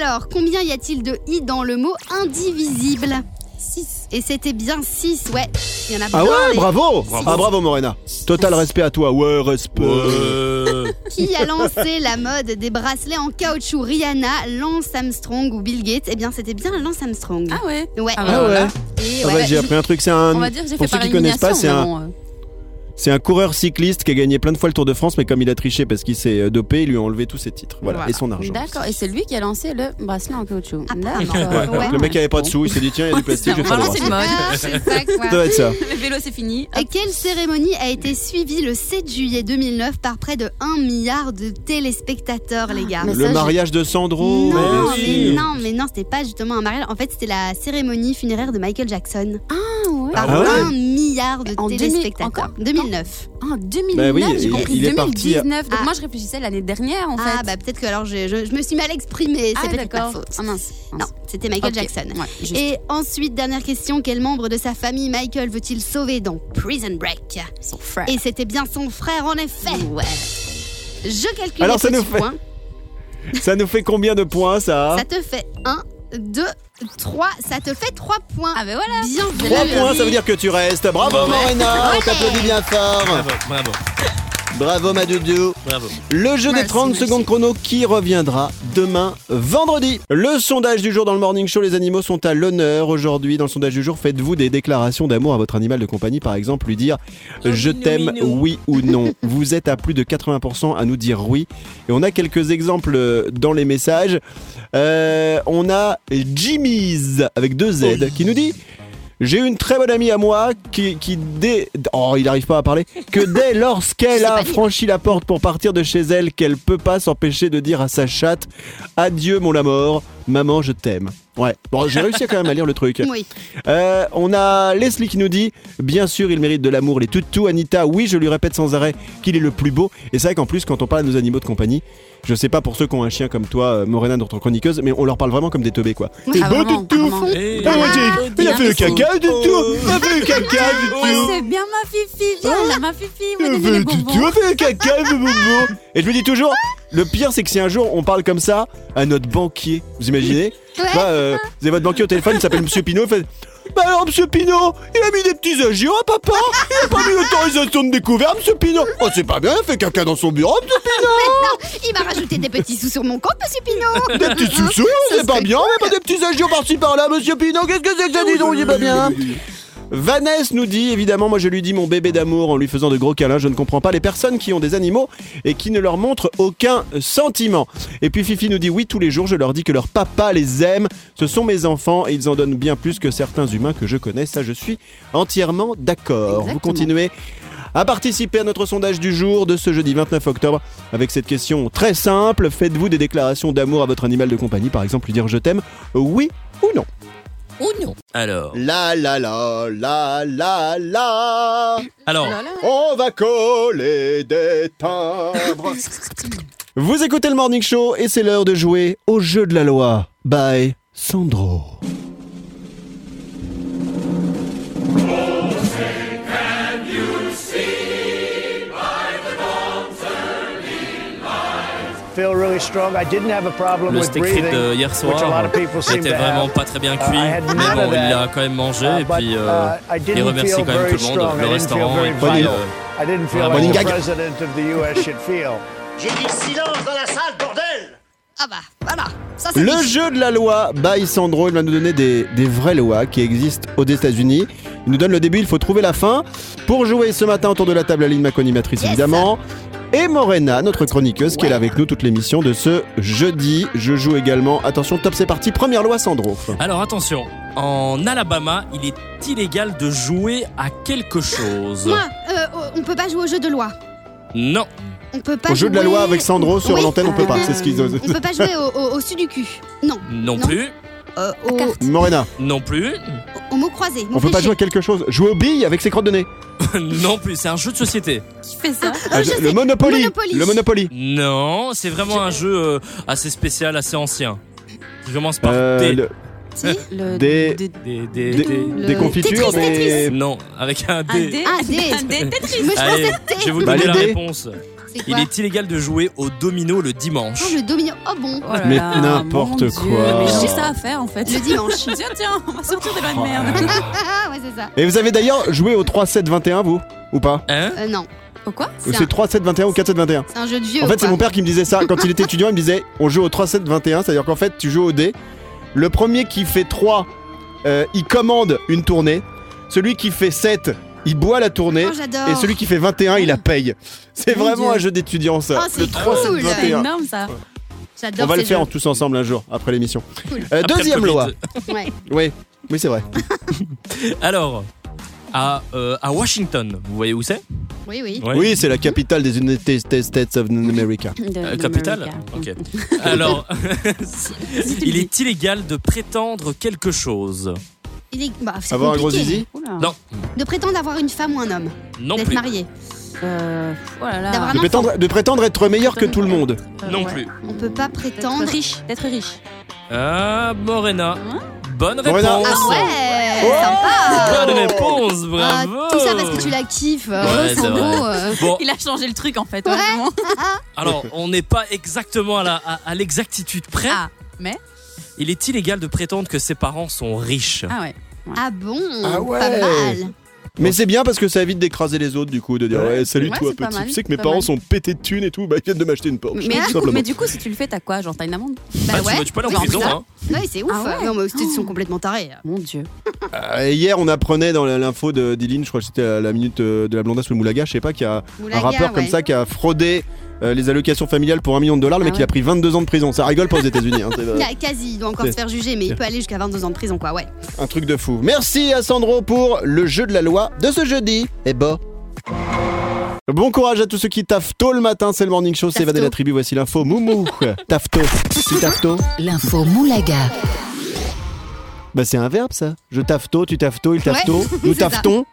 Speaker 3: Alors, combien y a-t-il de i dans le mot indivisible
Speaker 5: 6.
Speaker 3: Et c'était bien 6, ouais. Il y en a
Speaker 2: Ah
Speaker 3: plein,
Speaker 2: ouais,
Speaker 3: les-
Speaker 2: bravo
Speaker 4: Bravo.
Speaker 2: Ah bravo, Morena. Total respect à toi. Ouais, respect.
Speaker 4: Ouais.
Speaker 3: Qui a lancé la mode des bracelets en caoutchouc Rihanna, Lance Armstrong ou Bill Gates Eh bien, c'était bien Lance Armstrong.
Speaker 5: Ah ouais.
Speaker 3: Ouais.
Speaker 2: Ah
Speaker 5: Ah bah,
Speaker 2: ouais.
Speaker 3: Et
Speaker 5: voilà.
Speaker 2: Ah
Speaker 3: ouais,
Speaker 2: ouais,
Speaker 3: ouais.
Speaker 2: j'ai appris un truc, c'est un...
Speaker 5: On va dire que j'ai
Speaker 2: Pour
Speaker 5: fait
Speaker 2: ceux
Speaker 5: par
Speaker 2: qui connaissent
Speaker 5: élimination.
Speaker 2: pas, c'est
Speaker 5: mais
Speaker 2: un-
Speaker 5: bon, euh,
Speaker 2: C'est un coureur cycliste qui a gagné plein de fois le Tour de France, mais comme il a triché parce qu'il s'est euh, dopé, ils lui ont enlevé tous ses titres. Voilà,
Speaker 5: Voilà.
Speaker 2: et son argent.
Speaker 5: D'accord, et c'est lui qui a lancé le bracelet en caoutchouc.
Speaker 3: Apparemment.
Speaker 5: D'accord.
Speaker 3: Ouais.
Speaker 2: Le mec avait pas de sous, il s'est dit tiens, il y a du plastique, je vais faire le
Speaker 5: Vraiment,
Speaker 2: bras.
Speaker 5: c'est une mode.
Speaker 3: C'est ça, quoi.
Speaker 2: Ça doit être ça.
Speaker 5: Le vélo, c'est fini.
Speaker 3: Et quelle cérémonie a été suivie le 7 juillet 2009 par près de 1 milliard de téléspectateurs, les gars
Speaker 5: mais
Speaker 2: Le
Speaker 5: ça,
Speaker 2: mariage de Sandro.
Speaker 3: non,
Speaker 2: bien
Speaker 3: mais
Speaker 2: sûr.
Speaker 3: non, mais non, c'était pas justement un mariage. En fait, c'était la cérémonie funéraire de Michael Jackson
Speaker 5: Ah ouais.
Speaker 3: par
Speaker 2: Ah ouais
Speaker 3: un milliard de
Speaker 5: En 2000
Speaker 3: téléspectateurs.
Speaker 5: encore
Speaker 3: 2009.
Speaker 5: En 2009,
Speaker 2: Bah oui,
Speaker 5: j'ai
Speaker 2: il-
Speaker 5: compris
Speaker 2: il est parti
Speaker 5: 2019. Donc
Speaker 3: Ah.
Speaker 5: moi, je réfléchissais l'année dernière, en fait.
Speaker 3: Ah bah peut-être que alors je, je- je me suis mal exprimée,
Speaker 5: Ah,
Speaker 3: c'est peut-être ma
Speaker 5: d'accord.
Speaker 3: faute.
Speaker 5: Ah mince. mince.
Speaker 3: Non, c'était Michael
Speaker 5: Ok.
Speaker 3: Jackson.
Speaker 5: Ouais, juste.
Speaker 3: Et ensuite, dernière question, quel membre de sa famille Michael veut-il sauver dans Prison Break
Speaker 5: son
Speaker 2: Ah.
Speaker 5: frère.
Speaker 3: Et c'était bien son frère en effet.
Speaker 5: Ouais.
Speaker 3: Je calcule
Speaker 2: Alors,
Speaker 3: les
Speaker 2: ça nous
Speaker 3: petits
Speaker 2: fait-
Speaker 3: points.
Speaker 2: Ça nous fait combien de points ça hein
Speaker 3: Ça te fait 1, 2, 3, ça te fait 3 points.
Speaker 5: Ah bah voilà.
Speaker 3: Bien vu.
Speaker 2: 3 points, ça veut dire que tu restes. Bravo Morena, on t'applaudit bien fort.
Speaker 4: Bravo, bravo,
Speaker 2: Bravo Madoudou.
Speaker 4: bravo.
Speaker 2: Le jeu des
Speaker 5: Merci,
Speaker 2: 30
Speaker 5: merci.
Speaker 2: secondes chrono qui reviendra demain vendredi. Le sondage du jour dans le morning show, les animaux sont à l'honneur aujourd'hui. Dans le sondage du jour, faites-vous des déclarations d'amour à votre animal de compagnie, par exemple lui dire je t'aime, oui ou non. Vous êtes à plus de 80% à nous dire oui. Et on a quelques exemples euh, dans les messages. Euh, on a Jimmy's avec deux Z qui nous dit j'ai une très bonne amie à moi qui, qui dès... Oh, il n'arrive pas à parler. Que dès
Speaker 3: Je sais
Speaker 2: lorsqu'elle
Speaker 3: pas
Speaker 2: a
Speaker 3: lire.
Speaker 2: franchi la porte pour partir de chez elle, qu'elle peut pas s'empêcher de dire à sa chatte « Adieu, mon amour, maman, je t'aime ». Ouais, bon, j'ai réussi quand même à lire le truc.
Speaker 3: Oui.
Speaker 2: Euh, on a Leslie qui nous dit « Bien sûr, il mérite de l'amour, les toutous, Anita, oui, je lui répète sans arrêt qu'il est le plus beau ». Et c'est vrai qu'en plus, quand on parle à nos animaux de compagnie, je sais pas pour ceux qui ont un chien comme toi, euh, Morena, notre chroniqueuse, mais on leur parle vraiment comme des teubés, quoi.
Speaker 3: Oui.
Speaker 2: T'es
Speaker 5: Ah,
Speaker 2: beau,
Speaker 5: vraiment,
Speaker 2: toutou
Speaker 5: vraiment.
Speaker 4: Et-
Speaker 2: ah, ouais, j'ai- il a fait le caca
Speaker 3: Oh.
Speaker 2: du tout Il a fait le caca
Speaker 3: Ah,
Speaker 2: du
Speaker 5: Ouais,
Speaker 2: tout
Speaker 5: c'est bien ma fifi, viens là, ma fifi,
Speaker 2: Il
Speaker 5: me
Speaker 2: a
Speaker 5: donner
Speaker 2: fait
Speaker 5: des
Speaker 2: Ah, du tout, il
Speaker 5: bonbons.
Speaker 2: a fait le caca le bobo Et je me dis toujours, le pire c'est que si un jour on parle comme ça à notre banquier, vous imaginez
Speaker 3: Ouais.
Speaker 2: Bah, euh, Vous avez votre banquier au téléphone, il s'appelle Monsieur Pinot, il fait Bah alors Monsieur Pinot, il a mis des petits agios à papa Il a pas mis l'autorisation de découvert Monsieur Pinot Oh c'est pas bien, il fait caca dans son bureau Monsieur
Speaker 3: Il m'a rajouté des petits sous sur mon compte, monsieur
Speaker 2: Pinot
Speaker 3: Pinot.
Speaker 2: Des petits sous-sous,
Speaker 3: Ça
Speaker 2: c'est pas
Speaker 3: serait Oh,
Speaker 2: bien, mais pas des petits agios par-ci par-là Monsieur Pinot, qu'est-ce que c'est que ça dis donc,
Speaker 3: euh,
Speaker 2: il est pas bien hein Vanessa nous dit, évidemment, moi je lui dis mon bébé d'amour en lui faisant de gros câlins, je ne comprends pas les personnes qui ont des animaux et qui ne leur montrent aucun sentiment. Et puis Fifi nous dit, oui, tous les jours, je leur dis que leur papa les aime, ce sont mes enfants et ils en donnent bien plus que certains humains que je connais, ça je suis entièrement d'accord. Vous
Speaker 5: Exactement.
Speaker 2: continuez à participer à notre sondage du jour de ce jeudi 29 octobre avec cette question très simple, faites-vous des déclarations d'amour à votre animal de compagnie, par exemple lui dire je t'aime, oui ou non
Speaker 4: Ou non Alors,
Speaker 2: La la la la la la
Speaker 4: alors,
Speaker 5: Voilà.
Speaker 2: On va coller des timbres Vous écoutez le Morning Show et c'est l'heure de jouer au jeu de la loi by Sandro.
Speaker 6: feel really strong. I didn't have a problem
Speaker 4: le
Speaker 6: with
Speaker 4: steak frites
Speaker 6: breathing,
Speaker 4: de hier
Speaker 6: which a lot
Speaker 4: soir euh,
Speaker 6: of people seem
Speaker 4: était
Speaker 6: to
Speaker 4: vraiment
Speaker 6: have.
Speaker 4: pas très bien
Speaker 6: Uh,
Speaker 4: cuit,
Speaker 6: I had
Speaker 4: mais
Speaker 6: none
Speaker 4: bon,
Speaker 6: of
Speaker 4: il
Speaker 6: that.
Speaker 4: a quand même mangé
Speaker 6: Uh,
Speaker 4: et
Speaker 6: but,
Speaker 4: puis euh,
Speaker 6: uh, I
Speaker 4: il
Speaker 6: didn't
Speaker 4: remercie
Speaker 6: feel
Speaker 4: quand même
Speaker 6: very
Speaker 4: tout le
Speaker 6: strong.
Speaker 4: monde,
Speaker 6: I
Speaker 4: le
Speaker 6: didn't
Speaker 4: restaurant
Speaker 6: feel
Speaker 4: et
Speaker 6: very
Speaker 4: puis
Speaker 6: vital.
Speaker 4: euh,
Speaker 6: I didn't feel
Speaker 4: Ah,
Speaker 6: like
Speaker 4: bon,
Speaker 6: the
Speaker 2: gag.
Speaker 6: president of the US should feel.
Speaker 7: J'ai dit silence dans la salle, bordel
Speaker 3: Ah bah voilà. Ça c'est
Speaker 2: Le jeu de la loi by Sandro, il va nous donner des, des vraies lois qui existent aux États-Unis. Il nous donne le début, il faut trouver la fin. Pour jouer ce matin autour de la table, Aline, ma co-animatrice
Speaker 3: Yes.
Speaker 2: évidemment. Et Morena, notre chroniqueuse, qui est là avec nous toute l'émission de ce jeudi. Je joue également. Attention, top, c'est parti. Première loi, Sandro.
Speaker 4: Alors attention, en Alabama, il est illégal de jouer à quelque chose.
Speaker 3: Moi, euh, on peut pas jouer au jeu de loi.
Speaker 4: Non,
Speaker 3: On peut pas
Speaker 2: Au jeu de la
Speaker 3: jouer-
Speaker 2: loi avec Sandro sur
Speaker 3: Oui.
Speaker 2: l'antenne, on peut pas.
Speaker 3: Euh,
Speaker 2: C'est ce qu'ils osent.
Speaker 3: On peut pas jouer au, au, au sud du cul. Non.
Speaker 4: non,
Speaker 3: Non.
Speaker 4: plus,
Speaker 3: Euh, au,
Speaker 2: Morena,
Speaker 4: non plus,
Speaker 3: au mot croisé. mot
Speaker 2: on peut pas
Speaker 3: fléché.
Speaker 2: jouer à quelque chose. Jouer aux billes avec ses crottes de nez.
Speaker 4: non plus. C'est un jeu de société.
Speaker 5: Qui fait ça
Speaker 3: Ah, je
Speaker 2: Euh, le
Speaker 3: sais.
Speaker 2: Monopoly.
Speaker 3: Monopoly.
Speaker 2: Le Monopoly.
Speaker 4: Non, c'est vraiment un jeu euh, assez spécial, assez ancien. Je commence par
Speaker 2: Euh,
Speaker 4: T.
Speaker 2: le-
Speaker 3: Si.
Speaker 5: Le
Speaker 2: Des-
Speaker 5: de-
Speaker 4: Des, des,
Speaker 2: des,
Speaker 4: des-
Speaker 2: des confitures,
Speaker 3: Tetris,
Speaker 2: des-
Speaker 4: Non, avec un
Speaker 5: un
Speaker 4: D.
Speaker 5: dé.
Speaker 3: Un dé.
Speaker 5: Un dé. Tetris.
Speaker 3: Mais je
Speaker 4: Allez,
Speaker 3: pensais T.
Speaker 4: je vais vous
Speaker 2: Bah,
Speaker 4: donner
Speaker 2: les
Speaker 4: la
Speaker 2: dés.
Speaker 4: réponse.
Speaker 3: C'est
Speaker 4: Il
Speaker 3: quoi
Speaker 4: est illégal de jouer au domino le dimanche.
Speaker 3: Non, le domino. Oh bon.
Speaker 5: Oh là
Speaker 2: Mais
Speaker 5: là,
Speaker 2: n'importe
Speaker 5: mon
Speaker 2: quoi.
Speaker 5: Dieu, Mais j'ai ça à faire en fait.
Speaker 3: Le dimanche.
Speaker 5: Tiens, tiens, on va sortir des lois
Speaker 2: Oh.
Speaker 5: de merde.
Speaker 3: Ah ouais, c'est ça.
Speaker 2: Et vous avez d'ailleurs joué au 3-7-21, vous Ou pas
Speaker 4: Hein
Speaker 3: Euh, non.
Speaker 5: Pourquoi
Speaker 2: Ou
Speaker 3: C'est
Speaker 2: c'est
Speaker 3: un,
Speaker 2: 3-7-21 ou 4-7-21
Speaker 3: c'est un jeu de vieux.
Speaker 2: En
Speaker 3: ou Oh,
Speaker 2: fait, c'est
Speaker 3: quoi
Speaker 2: mon père qui me disait ça. Quand il était étudiant, il me disait on joue au 3-7-21, c'est-à-dire qu'en fait, tu joues au dé. Le premier qui fait 3, euh, il commande une tournée. Celui qui fait 7, il boit la tournée
Speaker 3: Oh, j'adore.
Speaker 2: et celui qui fait 21, il la paye. C'est
Speaker 5: Mon
Speaker 2: vraiment
Speaker 5: Dieu.
Speaker 2: un jeu d'étudiants ça.
Speaker 3: Oh, c'est
Speaker 2: le 3
Speaker 3: cool.
Speaker 5: C'est
Speaker 2: 21.
Speaker 5: énorme ça.
Speaker 3: J'adore
Speaker 2: On va
Speaker 3: ces
Speaker 2: le faire
Speaker 3: jeux.
Speaker 2: en tous ensemble un jour après l'émission.
Speaker 3: Cool.
Speaker 2: Euh,
Speaker 4: Après le
Speaker 2: deuxième
Speaker 4: Covid.
Speaker 2: loi.
Speaker 3: Ouais.
Speaker 2: Oui, oui c'est vrai.
Speaker 4: Alors, à, euh, à Washington, vous voyez où c'est
Speaker 3: Oui, oui.
Speaker 4: Ouais.
Speaker 2: Oui, c'est la capitale des United States of America.
Speaker 5: De-
Speaker 4: Euh,
Speaker 5: de
Speaker 4: capitale
Speaker 5: America.
Speaker 4: Ok. Alors, il est illégal de prétendre quelque chose.
Speaker 3: Il est... bah, c'est
Speaker 2: Avoir un gros
Speaker 3: compliqué.
Speaker 2: zizi
Speaker 5: Oula.
Speaker 4: Non,
Speaker 3: De prétendre avoir une femme ou un homme.
Speaker 4: non
Speaker 3: D'être
Speaker 4: plus.
Speaker 3: marié.
Speaker 5: Euh, oh là là.
Speaker 3: D'avoir
Speaker 2: de
Speaker 3: Un
Speaker 2: prétendre, de prétendre être meilleur que tout le monde.
Speaker 5: Euh,
Speaker 4: Non
Speaker 5: ouais.
Speaker 4: plus.
Speaker 3: On peut pas
Speaker 5: D'être
Speaker 3: prétendre.
Speaker 5: riche, d'être riche.
Speaker 4: Ah, Morena.
Speaker 5: Hein
Speaker 4: Bonne
Speaker 2: Morena.
Speaker 4: réponse.
Speaker 3: Ah ouais Sympa
Speaker 4: Bonne réponse,
Speaker 3: Ah,
Speaker 4: Oh bravo.
Speaker 3: Tout ça parce que tu la kiffes.
Speaker 4: Ouais,
Speaker 3: euh,
Speaker 4: c'est
Speaker 3: c'est
Speaker 4: vrai.
Speaker 3: beau. euh.
Speaker 4: Bon,
Speaker 5: Il a changé le truc en fait.
Speaker 3: Ouais.
Speaker 5: vraiment.
Speaker 4: alors on n'est pas exactement à la- à à l'exactitude près.
Speaker 5: Ah, mais
Speaker 4: Il est illégal de prétendre que ses parents sont riches.
Speaker 5: ah ouais.
Speaker 3: Ah bon
Speaker 2: Ah ouais.
Speaker 3: Pas mal.
Speaker 2: Mais c'est bien parce que ça évite d'écraser les autres du coup, de dire ouais, salut
Speaker 5: Ouais,
Speaker 2: toi
Speaker 5: c'est pas
Speaker 2: petit,
Speaker 5: mal,
Speaker 2: tu sais que
Speaker 5: c'est
Speaker 2: mes
Speaker 5: pas
Speaker 2: parents
Speaker 5: mal.
Speaker 2: sont pétés de thunes et tout, bah ils viennent de m'acheter une Porsche. tout
Speaker 5: Mais du, coup,
Speaker 2: simplement.
Speaker 5: mais du coup, si tu le fais, t'as quoi Genre t'as une amende
Speaker 3: Bah
Speaker 4: Ah, tu,
Speaker 3: ouais.
Speaker 4: peux- tu peux aller en
Speaker 5: Genre
Speaker 4: prison.
Speaker 5: ça.
Speaker 4: hein.
Speaker 3: Ouais, c'est ouf.
Speaker 5: Ah ouais.
Speaker 3: Non, mais ils sont complètement tarés. hein. là.
Speaker 5: Mon dieu.
Speaker 2: Euh, hier on apprenait dans la- l'info de d'Iline, je crois que c'était à la minute euh, de la blondasse ou le moulaga, je sais pas, qu'il y a un
Speaker 3: Moulaga,
Speaker 2: rappeur comme
Speaker 3: ouais.
Speaker 2: ça qui a fraudé euh, les allocations familiales pour un million de dollars, le
Speaker 5: Ah
Speaker 2: mec il a pris 22 ans de prison, ça rigole pas aux États-Unis, hein, c'est, euh,
Speaker 3: Il a- Quasi, il doit encore
Speaker 2: C'est-
Speaker 3: se faire juger, mais il peut aller jusqu'à 22 ans de prison, quoi, ouais.
Speaker 2: un truc de fou. Merci à Sandro pour le jeu de la loi de ce jeudi. Et bah. Bon courage à tous ceux qui taffent tôt le matin, c'est le morning show, c'est
Speaker 3: Taffe
Speaker 2: évadé
Speaker 3: tôt.
Speaker 2: la tribu, voici l'info. Moumou, taffe tôt. Tu taffes tôt
Speaker 1: L'info Moulaga.
Speaker 2: Bah c'est un verbe ça. Je taffe tôt, tu taffes tôt, il taffe
Speaker 3: Ouais,
Speaker 2: tôt, nous
Speaker 3: c'est ça.
Speaker 2: taffetons,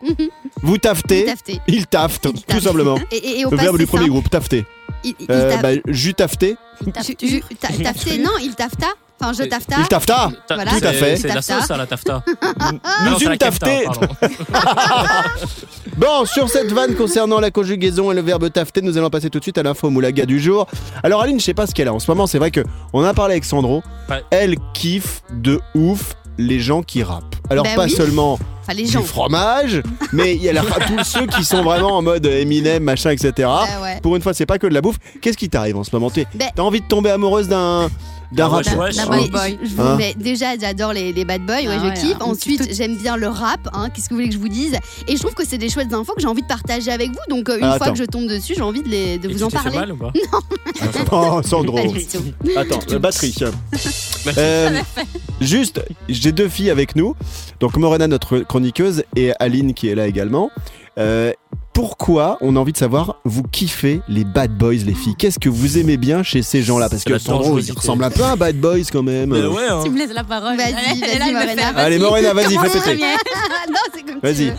Speaker 2: vous
Speaker 3: Il
Speaker 2: taffetez,
Speaker 3: taffeté.
Speaker 2: il taffe,
Speaker 3: Il
Speaker 2: tout
Speaker 3: taffe.
Speaker 2: simplement.
Speaker 3: Et, et, et au
Speaker 2: Le
Speaker 3: passé,
Speaker 2: verbe du
Speaker 3: c'est
Speaker 2: premier
Speaker 3: simple.
Speaker 2: groupe, tafter.
Speaker 3: Il, il
Speaker 2: Euh,
Speaker 3: taffe-
Speaker 2: bah, jus tafté,
Speaker 3: ju- ju- ta- tafté, non, il tafta. Enfin, je
Speaker 4: Et-
Speaker 3: tafta.
Speaker 2: Euh, il tafta.
Speaker 4: Ta-
Speaker 3: Voilà.
Speaker 4: c'est-
Speaker 2: Tout à fait.
Speaker 4: C'est de la
Speaker 3: Tafta.
Speaker 4: sauce à la tafta.
Speaker 3: Ah.
Speaker 2: Nous
Speaker 4: Non, c'est
Speaker 2: une
Speaker 4: la kefta,
Speaker 2: tafté.
Speaker 4: pardon.
Speaker 2: Bon, sur cette vanne concernant la conjugaison et le verbe tafter, nous allons passer tout de suite à l'info moulaga du jour. Alors Aline, je sais pas ce qu'elle a en ce moment, c'est vrai que on a parlé avec Sandro.
Speaker 4: Ouais.
Speaker 2: Elle kiffe de ouf les gens qui rappent. Alors
Speaker 3: Bah
Speaker 2: pas
Speaker 3: oui.
Speaker 2: seulement
Speaker 3: Enfin, les
Speaker 2: du
Speaker 3: gens.
Speaker 2: fromage, mais il y a la- tous ceux qui sont vraiment en mode Eminem, machin, etc.
Speaker 3: Ah ouais.
Speaker 2: Pour une fois, c'est pas que de la bouffe. Qu'est-ce qui t'arrive en ce moment T'es-
Speaker 3: Ben-
Speaker 2: T'as envie de tomber amoureuse d'un d'un
Speaker 4: Ah ouais,
Speaker 2: rappeur
Speaker 4: wesh,
Speaker 5: La
Speaker 2: hein.
Speaker 5: bad boy.
Speaker 3: Je vous-
Speaker 2: Hein
Speaker 3: mais déjà, j'adore les, les bad boys, ouais,
Speaker 5: Ah
Speaker 3: je
Speaker 5: ouais,
Speaker 3: kiffe.
Speaker 5: hein.
Speaker 3: Ensuite, j'aime bien le rap, hein, qu'est-ce que vous voulez que je vous dise Et je trouve que c'est des chouettes infos que j'ai envie de partager avec vous. Donc, euh, une
Speaker 2: Ah,
Speaker 3: fois
Speaker 2: attends.
Speaker 3: que je tombe dessus, j'ai envie de, les, de
Speaker 4: Et
Speaker 3: vous
Speaker 4: tu
Speaker 3: en
Speaker 4: t'es fait
Speaker 3: parler.
Speaker 4: mal ou pas
Speaker 2: Oh, Sandro.
Speaker 3: Pas du tout.
Speaker 2: Attends, euh, batterie. Euh, juste, j'ai deux filles avec nous. Donc Morena, notre chroniqueuse, et Aline qui est là également. Euh, pourquoi on a envie de savoir, vous kiffez les bad boys, les filles Qu'est-ce que vous aimez bien chez ces gens-là Parce
Speaker 4: C'est
Speaker 2: que
Speaker 4: la
Speaker 2: Sandro, il
Speaker 4: dangerosité.
Speaker 2: ressemble un peu à un bad boys quand même.
Speaker 4: Mais ouais, hein.
Speaker 5: Tu me laisses la parole.
Speaker 3: Vas-y,
Speaker 5: Elle-
Speaker 3: vas-y,
Speaker 5: elle me
Speaker 3: Morena,
Speaker 5: fait-
Speaker 3: vas-y.
Speaker 2: Allez, Morena, vas-y,
Speaker 5: Commence
Speaker 2: fais péter.
Speaker 5: Damien.
Speaker 3: non, c'est comme tu
Speaker 2: Vas-y.
Speaker 3: veux.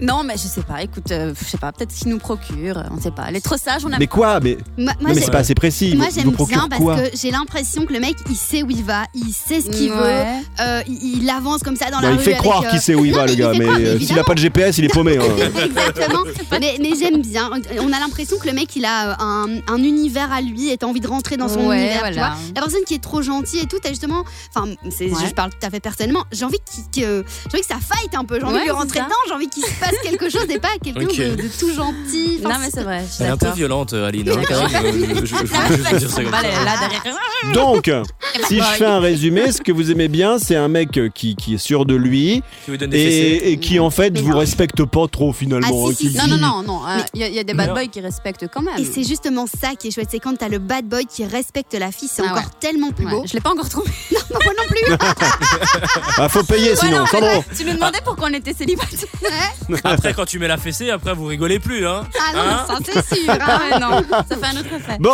Speaker 5: Non, mais je sais pas. Écoute, euh, je sais pas. Peut-être qu'ils nous procurent. On sait pas. Les trossages, on a.
Speaker 2: Mais quoi Mais,
Speaker 3: Moi, moi,
Speaker 2: non, mais
Speaker 3: j'ai-
Speaker 2: c'est pas assez précis.
Speaker 3: moi,
Speaker 2: Il vous
Speaker 3: j'aime bien
Speaker 2: procure
Speaker 3: parce
Speaker 2: quoi
Speaker 3: que j'ai l'impression que le mec, il sait où il va, il sait ce qu'il veut,
Speaker 5: Ouais.
Speaker 3: euh, il, il avance comme ça dans
Speaker 2: Non,
Speaker 3: la
Speaker 2: il
Speaker 3: rue.
Speaker 2: fait
Speaker 3: avec,
Speaker 2: croire
Speaker 3: euh,
Speaker 2: qu'il sait où il va, le
Speaker 3: il
Speaker 2: gars,
Speaker 3: fait
Speaker 2: mais
Speaker 3: croire,
Speaker 2: euh, s'il a
Speaker 3: évidemment.
Speaker 2: pas de GPS, il est paumé. hein.
Speaker 3: Exactement. Mais, mais j'aime bien. On a l'impression que le mec, il a euh, un, un univers à lui et t'as envie de rentrer dans son
Speaker 5: Ouais,
Speaker 3: univers. tu
Speaker 5: voilà.
Speaker 3: vois. La personne qui est trop gentille et tout, t'as justement. Enfin, c'est-
Speaker 5: Ouais.
Speaker 3: je parle tout à fait personnellement. J'ai envie, qu'il- que, j'ai envie que ça fight un peu. J'ai envie
Speaker 5: Ouais,
Speaker 3: de lui
Speaker 5: c'est
Speaker 3: rentrer
Speaker 5: ça.
Speaker 3: dedans. J'ai envie qu'il se passe quelque chose et pas quelqu'un
Speaker 4: Ok.
Speaker 3: de, de tout gentil. Enfin,
Speaker 5: Non, mais c'est vrai. Je suis
Speaker 4: Elle est un peu
Speaker 5: d'accord.
Speaker 4: violente, euh, Aline. hein, quand même. Euh, je- je- je- je- je- je- je-
Speaker 5: Bah, elle est là derrière.
Speaker 3: Eh
Speaker 2: Donc,
Speaker 3: ben, bah,
Speaker 2: si je fais un résumé, ce que vous aimez bien, c'est un mec qui, qui est sûr de lui
Speaker 4: Tu veux donner des fessées
Speaker 2: et, et qui en fait vous respecte pas trop finalement.
Speaker 3: Ah,
Speaker 2: hein,
Speaker 3: si, si,
Speaker 2: qui-
Speaker 5: Non, non, non, non. euh, Il y, a- il y a des bad
Speaker 4: Non.
Speaker 5: boys qui respectent quand même.
Speaker 3: Et c'est justement ça qui est chouette, c'est quand t'as le bad boy qui respecte la fille, c'est
Speaker 5: Ah
Speaker 3: encore
Speaker 5: ouais.
Speaker 3: tellement plus
Speaker 5: Ouais,
Speaker 3: beau.
Speaker 5: Je l'ai pas encore trouvé.
Speaker 3: Moi non plus.
Speaker 2: Ah, faut payer sinon,
Speaker 5: Ouais, non,
Speaker 2: Sandro.
Speaker 5: Tu nous demandais pourquoi on était célibataires.
Speaker 4: Après, quand tu mets la fessée, après, vous rigolez plus. Hein.
Speaker 3: Ah non,
Speaker 4: Hein
Speaker 3: ça c'est sûr.
Speaker 5: Ah ouais, non, ça fait un autre effet.
Speaker 2: Bon.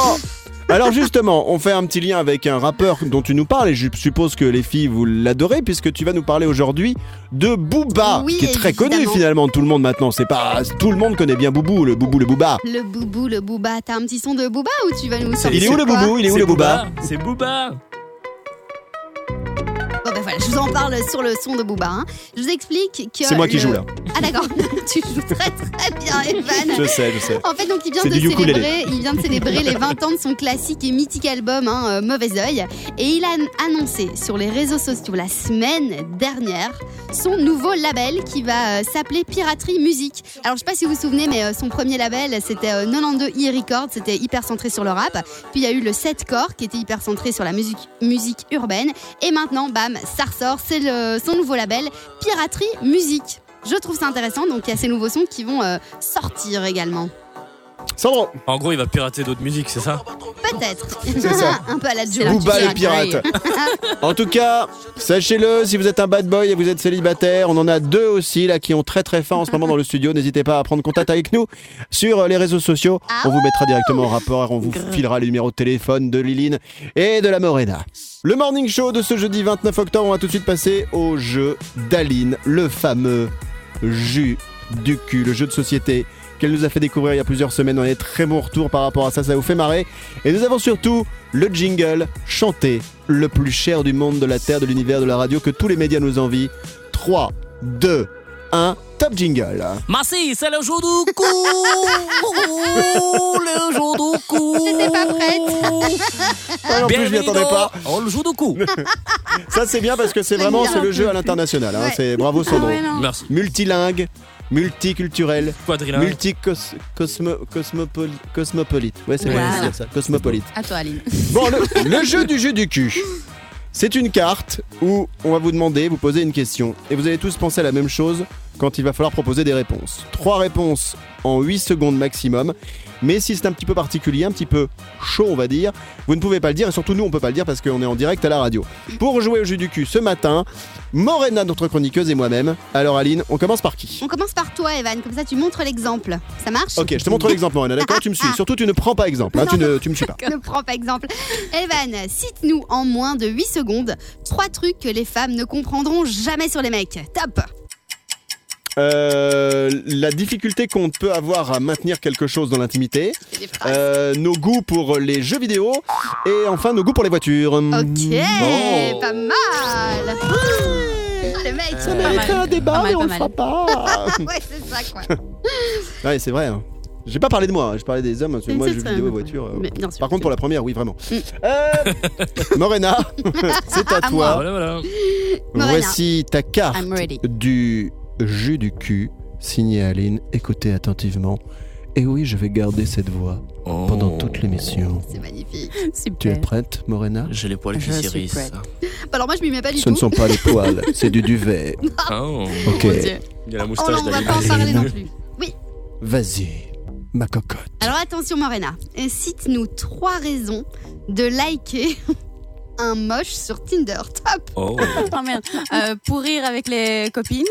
Speaker 2: Alors justement, on fait un petit lien avec un rappeur dont tu nous parles et je suppose que les filles vous l'adorez puisque tu vas nous parler aujourd'hui de Booba
Speaker 3: Oui,
Speaker 2: qui est très connu
Speaker 3: évidemment.
Speaker 2: finalement de tout le monde maintenant. C'est pas tout le monde connaît bien Boubou, le Boubou, le Booba.
Speaker 3: Le boubou, le booba, t'as un petit son de booba ou tu vas nous sortir
Speaker 2: Il est où le
Speaker 3: quoi
Speaker 2: Boubou Il est où
Speaker 4: C'est
Speaker 2: le Booba
Speaker 4: C'est Booba.
Speaker 3: Bon ben voilà, je vous en parle sur le son de Booba. hein. Je vous explique que.
Speaker 2: C'est moi qui
Speaker 3: le-
Speaker 2: joue là.
Speaker 3: Ah d'accord, tu joues très très bien, Evan.
Speaker 2: Je sais, je sais.
Speaker 3: En fait, donc il vient,
Speaker 2: C'est
Speaker 3: de
Speaker 2: du ukulélé.
Speaker 3: célébrer, il vient de célébrer les 20 ans de son classique et mythique album hein, euh, Mauvais Oeil. Et il a annoncé sur les réseaux sociaux la semaine dernière son nouveau label qui va euh, s'appeler Piraterie Musique. Alors je sais pas si vous vous souvenez, mais euh, son premier label c'était euh, 92i Records, c'était hyper centré sur le rap. Puis il y a eu le 7 Core qui était hyper centré sur la musique, musique urbaine. Et maintenant, bam, ça ressort, c'est le- son nouveau label Piraterie Musique. Je trouve ça intéressant, donc il y a ces nouveaux sons qui vont euh, sortir également.
Speaker 2: Sandro,
Speaker 4: En gros, il va pirater d'autres musiques, c'est ça
Speaker 3: Peut-être.
Speaker 2: C'est ça.
Speaker 3: Un peu à la Joe.
Speaker 5: là que
Speaker 2: Booba
Speaker 5: tu
Speaker 2: le pirate. en tout cas, sachez-le, si vous êtes un bad boy et vous êtes célibataire, on en a deux aussi là qui ont très très faim en ce moment dans le studio. N'hésitez pas à prendre contact avec nous sur euh, les réseaux sociaux. On vous mettra directement en rapport, on vous filera les numéros de téléphone de Liline et de la Morena. Le morning show de ce jeudi 29 octobre, on va tout de suite passer au jeu d'Aline, le fameux jus du cul, le jeu de société qu'elle nous a fait découvrir il y a plusieurs semaines. On est très bon retour par rapport à ça, ça vous fait marrer. Et nous avons surtout le jingle chanté, le plus cher du monde, de la terre, de l'univers, de la radio que tous les médias nous envient. 3, 2, 1, top jingle.
Speaker 4: Merci, c'est le jour du coup Le jour du coup
Speaker 3: J'étais pas prête.
Speaker 2: Ah, en plus, je m'y
Speaker 4: Bienvenue
Speaker 2: attendais
Speaker 4: dans-
Speaker 2: pas.
Speaker 4: Oh, le jour du coup
Speaker 2: Ça, c'est bien parce que c'est vraiment
Speaker 3: J'en
Speaker 2: c'est le
Speaker 3: peux
Speaker 2: jeu à
Speaker 3: plus.
Speaker 2: l'international. hein.
Speaker 3: Ouais.
Speaker 2: C'est bravo Sandro.
Speaker 5: ouais, non.
Speaker 4: Merci.
Speaker 2: Multilingue, multiculturel,
Speaker 4: Quadrilingue.
Speaker 2: multicos- cosmo- cosmopoli- cosmopolite. Ouais, c'est
Speaker 5: Voilà.
Speaker 2: vrai, c'est ça, cosmopolite.
Speaker 5: À toi, Aline.
Speaker 2: Bon, le, le jeu du jeu du cul. C'est une carte où on va vous demander, vous poser une question. Et vous allez tous penser à la même chose quand il va falloir proposer des réponses. Trois réponses en 8 secondes maximum. Mais si c'est un petit peu particulier, un petit peu chaud, on va dire, vous ne pouvez pas le dire. Et surtout, nous, on peut pas le dire parce qu'on est en direct à la radio. Pour jouer au jeu du cul ce matin, Morena, notre chroniqueuse, et moi-même. Alors, Aline, on commence par qui
Speaker 3: On commence par toi, Evan, comme ça tu montres l'exemple. Ça marche
Speaker 2: Ok, je te montre l'exemple, Morena, d'accord Tu me suis. Surtout, tu ne prends pas exemple. hein, tu, ne, tu me suis pas.
Speaker 3: Ne prends pas exemple. Evan, cite-nous en moins de 8 secondes trois trucs que les femmes ne comprendront jamais sur les mecs. Top
Speaker 2: Euh, la difficulté qu'on peut avoir à maintenir quelque chose dans l'intimité,
Speaker 3: C'est des phrases.
Speaker 2: euh, nos goûts pour les jeux vidéo et enfin nos goûts pour les voitures.
Speaker 3: Ok, Ah,
Speaker 2: Mm, Bon.
Speaker 3: pas mal Ah, Le mec
Speaker 2: Ça mériterait
Speaker 5: mal.
Speaker 2: un débat,
Speaker 5: Pas mal,
Speaker 2: mais on
Speaker 5: pas
Speaker 2: le
Speaker 5: mal.
Speaker 2: fera pas.
Speaker 3: Ouais, c'est ça quoi.
Speaker 2: ouais, c'est vrai. hein. J'ai pas parlé de moi, hein, je parlais des hommes. parce que
Speaker 3: Mais
Speaker 2: moi,
Speaker 3: c'est
Speaker 2: jeux
Speaker 3: très
Speaker 2: vidéo et
Speaker 3: bien.
Speaker 2: voitures. euh,
Speaker 3: Mais Mm. bien sûr,
Speaker 2: Par contre,
Speaker 3: c'est
Speaker 2: pour la première, oui, vraiment. Euh, Morena, c'est à
Speaker 4: Ah,
Speaker 2: toi.
Speaker 4: voilà, voilà.
Speaker 3: Morena.
Speaker 2: Voici ta carte
Speaker 5: I'm ready.
Speaker 2: du jus du cul, signée Aline. Écoutez attentivement. Et oui, je vais garder cette voix Oh. pendant toute
Speaker 4: Oh.
Speaker 2: l'émission.
Speaker 3: C'est magnifique.
Speaker 2: Tu es
Speaker 5: Super.
Speaker 2: prête, Morena
Speaker 4: J'ai les poils
Speaker 5: Je
Speaker 4: qui
Speaker 5: suis
Speaker 4: s'irrissent.
Speaker 3: Bah, Alors moi je m'y mets pas du
Speaker 2: Ce
Speaker 3: tout.
Speaker 2: ne sont pas les poils, c'est du duvet.
Speaker 4: Oh,
Speaker 2: Ok,
Speaker 5: Mon Dieu.
Speaker 4: Il y a la
Speaker 3: Oh
Speaker 4: moustache
Speaker 3: non, on va pas en
Speaker 4: d'Aline.
Speaker 3: parler non plus.
Speaker 2: vas-y, ma cocotte.
Speaker 3: Alors attention Morena, Et cite-nous trois raisons de liker un moche sur Tinder. Top
Speaker 4: Oh.
Speaker 5: Oh, merde. Euh, pour rire avec les copines.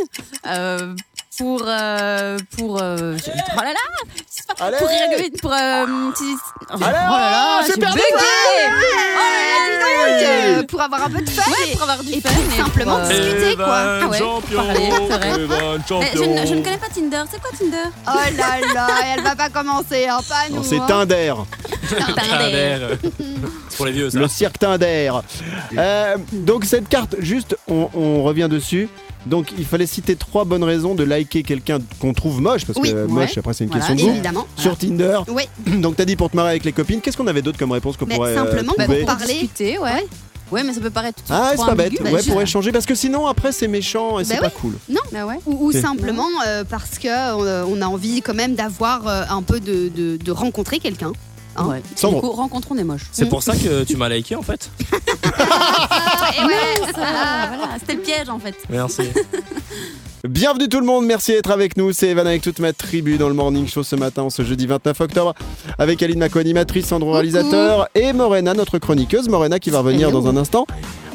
Speaker 5: euh, pour. euh, pour. euh, je- oh là là c'est pas-
Speaker 2: Allez
Speaker 5: Pour rire avec les copines. Pour. euh, si- oh là là
Speaker 2: j'ai
Speaker 5: j'ai
Speaker 2: perdu.
Speaker 5: bugué. Oh
Speaker 3: Euh, Pour avoir un peu de fun
Speaker 5: Ouais,
Speaker 3: et-
Speaker 5: pour avoir du
Speaker 3: et
Speaker 5: fun.
Speaker 3: pour
Speaker 5: et
Speaker 3: simplement
Speaker 5: euh,
Speaker 2: Eh
Speaker 3: discuter quoi.
Speaker 2: ben,
Speaker 5: Ah ouais,
Speaker 4: champion
Speaker 5: parler, c'est vrai.
Speaker 4: Evan
Speaker 5: mais je, ne, je ne
Speaker 4: champion.
Speaker 5: connais pas Tinder. C'est quoi Tinder
Speaker 3: Oh là là, elle va pas commencer, hein, pas nous.
Speaker 2: Non, c'est
Speaker 3: hein.
Speaker 2: Tinder,
Speaker 5: Tinder.
Speaker 4: Tinder. C'est pour les vieux, ça.
Speaker 2: le cirque Tinder. Euh, donc cette carte, juste, on, on revient dessus. Donc il fallait citer trois bonnes raisons de liker quelqu'un qu'on trouve moche, parce
Speaker 3: Oui,
Speaker 2: que
Speaker 3: ouais.
Speaker 2: moche, après c'est une
Speaker 5: Voilà,
Speaker 2: question de goût.
Speaker 3: Bah, Évidemment.
Speaker 2: Sur Tinder,
Speaker 3: Ouais,
Speaker 2: donc t'as dit pour te marrer avec les copines, qu'est-ce qu'on avait d'autre comme réponse qu'on
Speaker 3: Mais
Speaker 2: pourrait euh,
Speaker 3: simplement, bah,
Speaker 2: trouver
Speaker 3: pour- Parler.
Speaker 5: Discuter, ouais. Ouais, mais ça peut paraître tout de
Speaker 2: Ah,
Speaker 5: suite
Speaker 2: c'est
Speaker 5: trop
Speaker 2: pas bête,
Speaker 5: ambigu.
Speaker 2: ouais,
Speaker 5: Bah,
Speaker 2: pour
Speaker 5: juste-
Speaker 2: échanger, parce que sinon après c'est méchant et c'est
Speaker 3: Bah
Speaker 2: pas cool.
Speaker 5: Bah ouais.
Speaker 3: ou, ou
Speaker 2: Ok.
Speaker 3: simplement euh, parce que euh, on a envie quand même d'avoir euh, un peu de, de- de rencontrer quelqu'un. Hein
Speaker 5: Ouais. Du
Speaker 2: Sandro.
Speaker 5: coup, rencontrons des moches.
Speaker 4: C'est pour ça que tu m'as liké, en fait.
Speaker 3: Et ouais,
Speaker 5: Ah, voilà, c'était le piège en fait.
Speaker 4: Merci.
Speaker 2: Bienvenue tout le monde, merci d'être avec nous. C'est Evan avec toute ma tribu dans le Morning Show ce matin, ce jeudi 29 octobre, avec Aline, ma co-animatrice, Sandro, réalisateur, et Morena, notre chroniqueuse. Morena qui va revenir dans un instant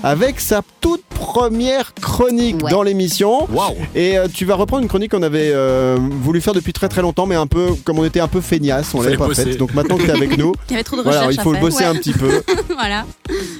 Speaker 2: avec sa toute première chronique
Speaker 5: Ouais.
Speaker 2: dans l'émission.
Speaker 4: Waouh.
Speaker 2: Et euh, tu vas reprendre une chronique qu'on avait euh, voulu faire depuis très très longtemps, mais un peu, comme on était un peu feignasse, on
Speaker 4: Fallait
Speaker 2: l'avait pas
Speaker 4: bosser.
Speaker 2: faite. Donc maintenant que t'es avec nous,
Speaker 5: Il y avait trop de
Speaker 2: voilà,
Speaker 5: recherches
Speaker 2: il faut
Speaker 5: à faire.
Speaker 2: bosser un petit peu.
Speaker 5: voilà.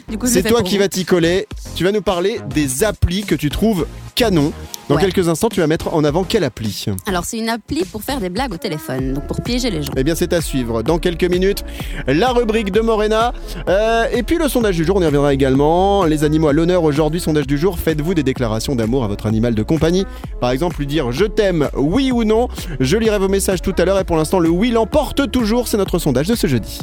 Speaker 5: Du coup, je
Speaker 2: C'est
Speaker 5: le fais
Speaker 2: toi
Speaker 5: pour
Speaker 2: qui
Speaker 5: vous.
Speaker 2: vas t'y coller. Tu vas nous parler des applis que tu trouves canon. Dans
Speaker 5: Ouais.
Speaker 2: quelques instants, tu vas mettre en avant quelle appli
Speaker 5: Alors, c'est une appli pour faire des blagues au téléphone, donc pour piéger les gens.
Speaker 2: Eh bien, c'est à suivre dans quelques minutes. La rubrique de Morena. Euh, et puis le sondage du jour, on y reviendra également. Les animaux à l'honneur aujourd'hui, sondage du jour. Faites-vous des déclarations d'amour à votre animal de compagnie. Par exemple, lui dire je t'aime, oui ou non. Je lirai vos messages tout à l'heure. Et pour l'instant, le oui l'emporte toujours. C'est notre sondage de ce jeudi.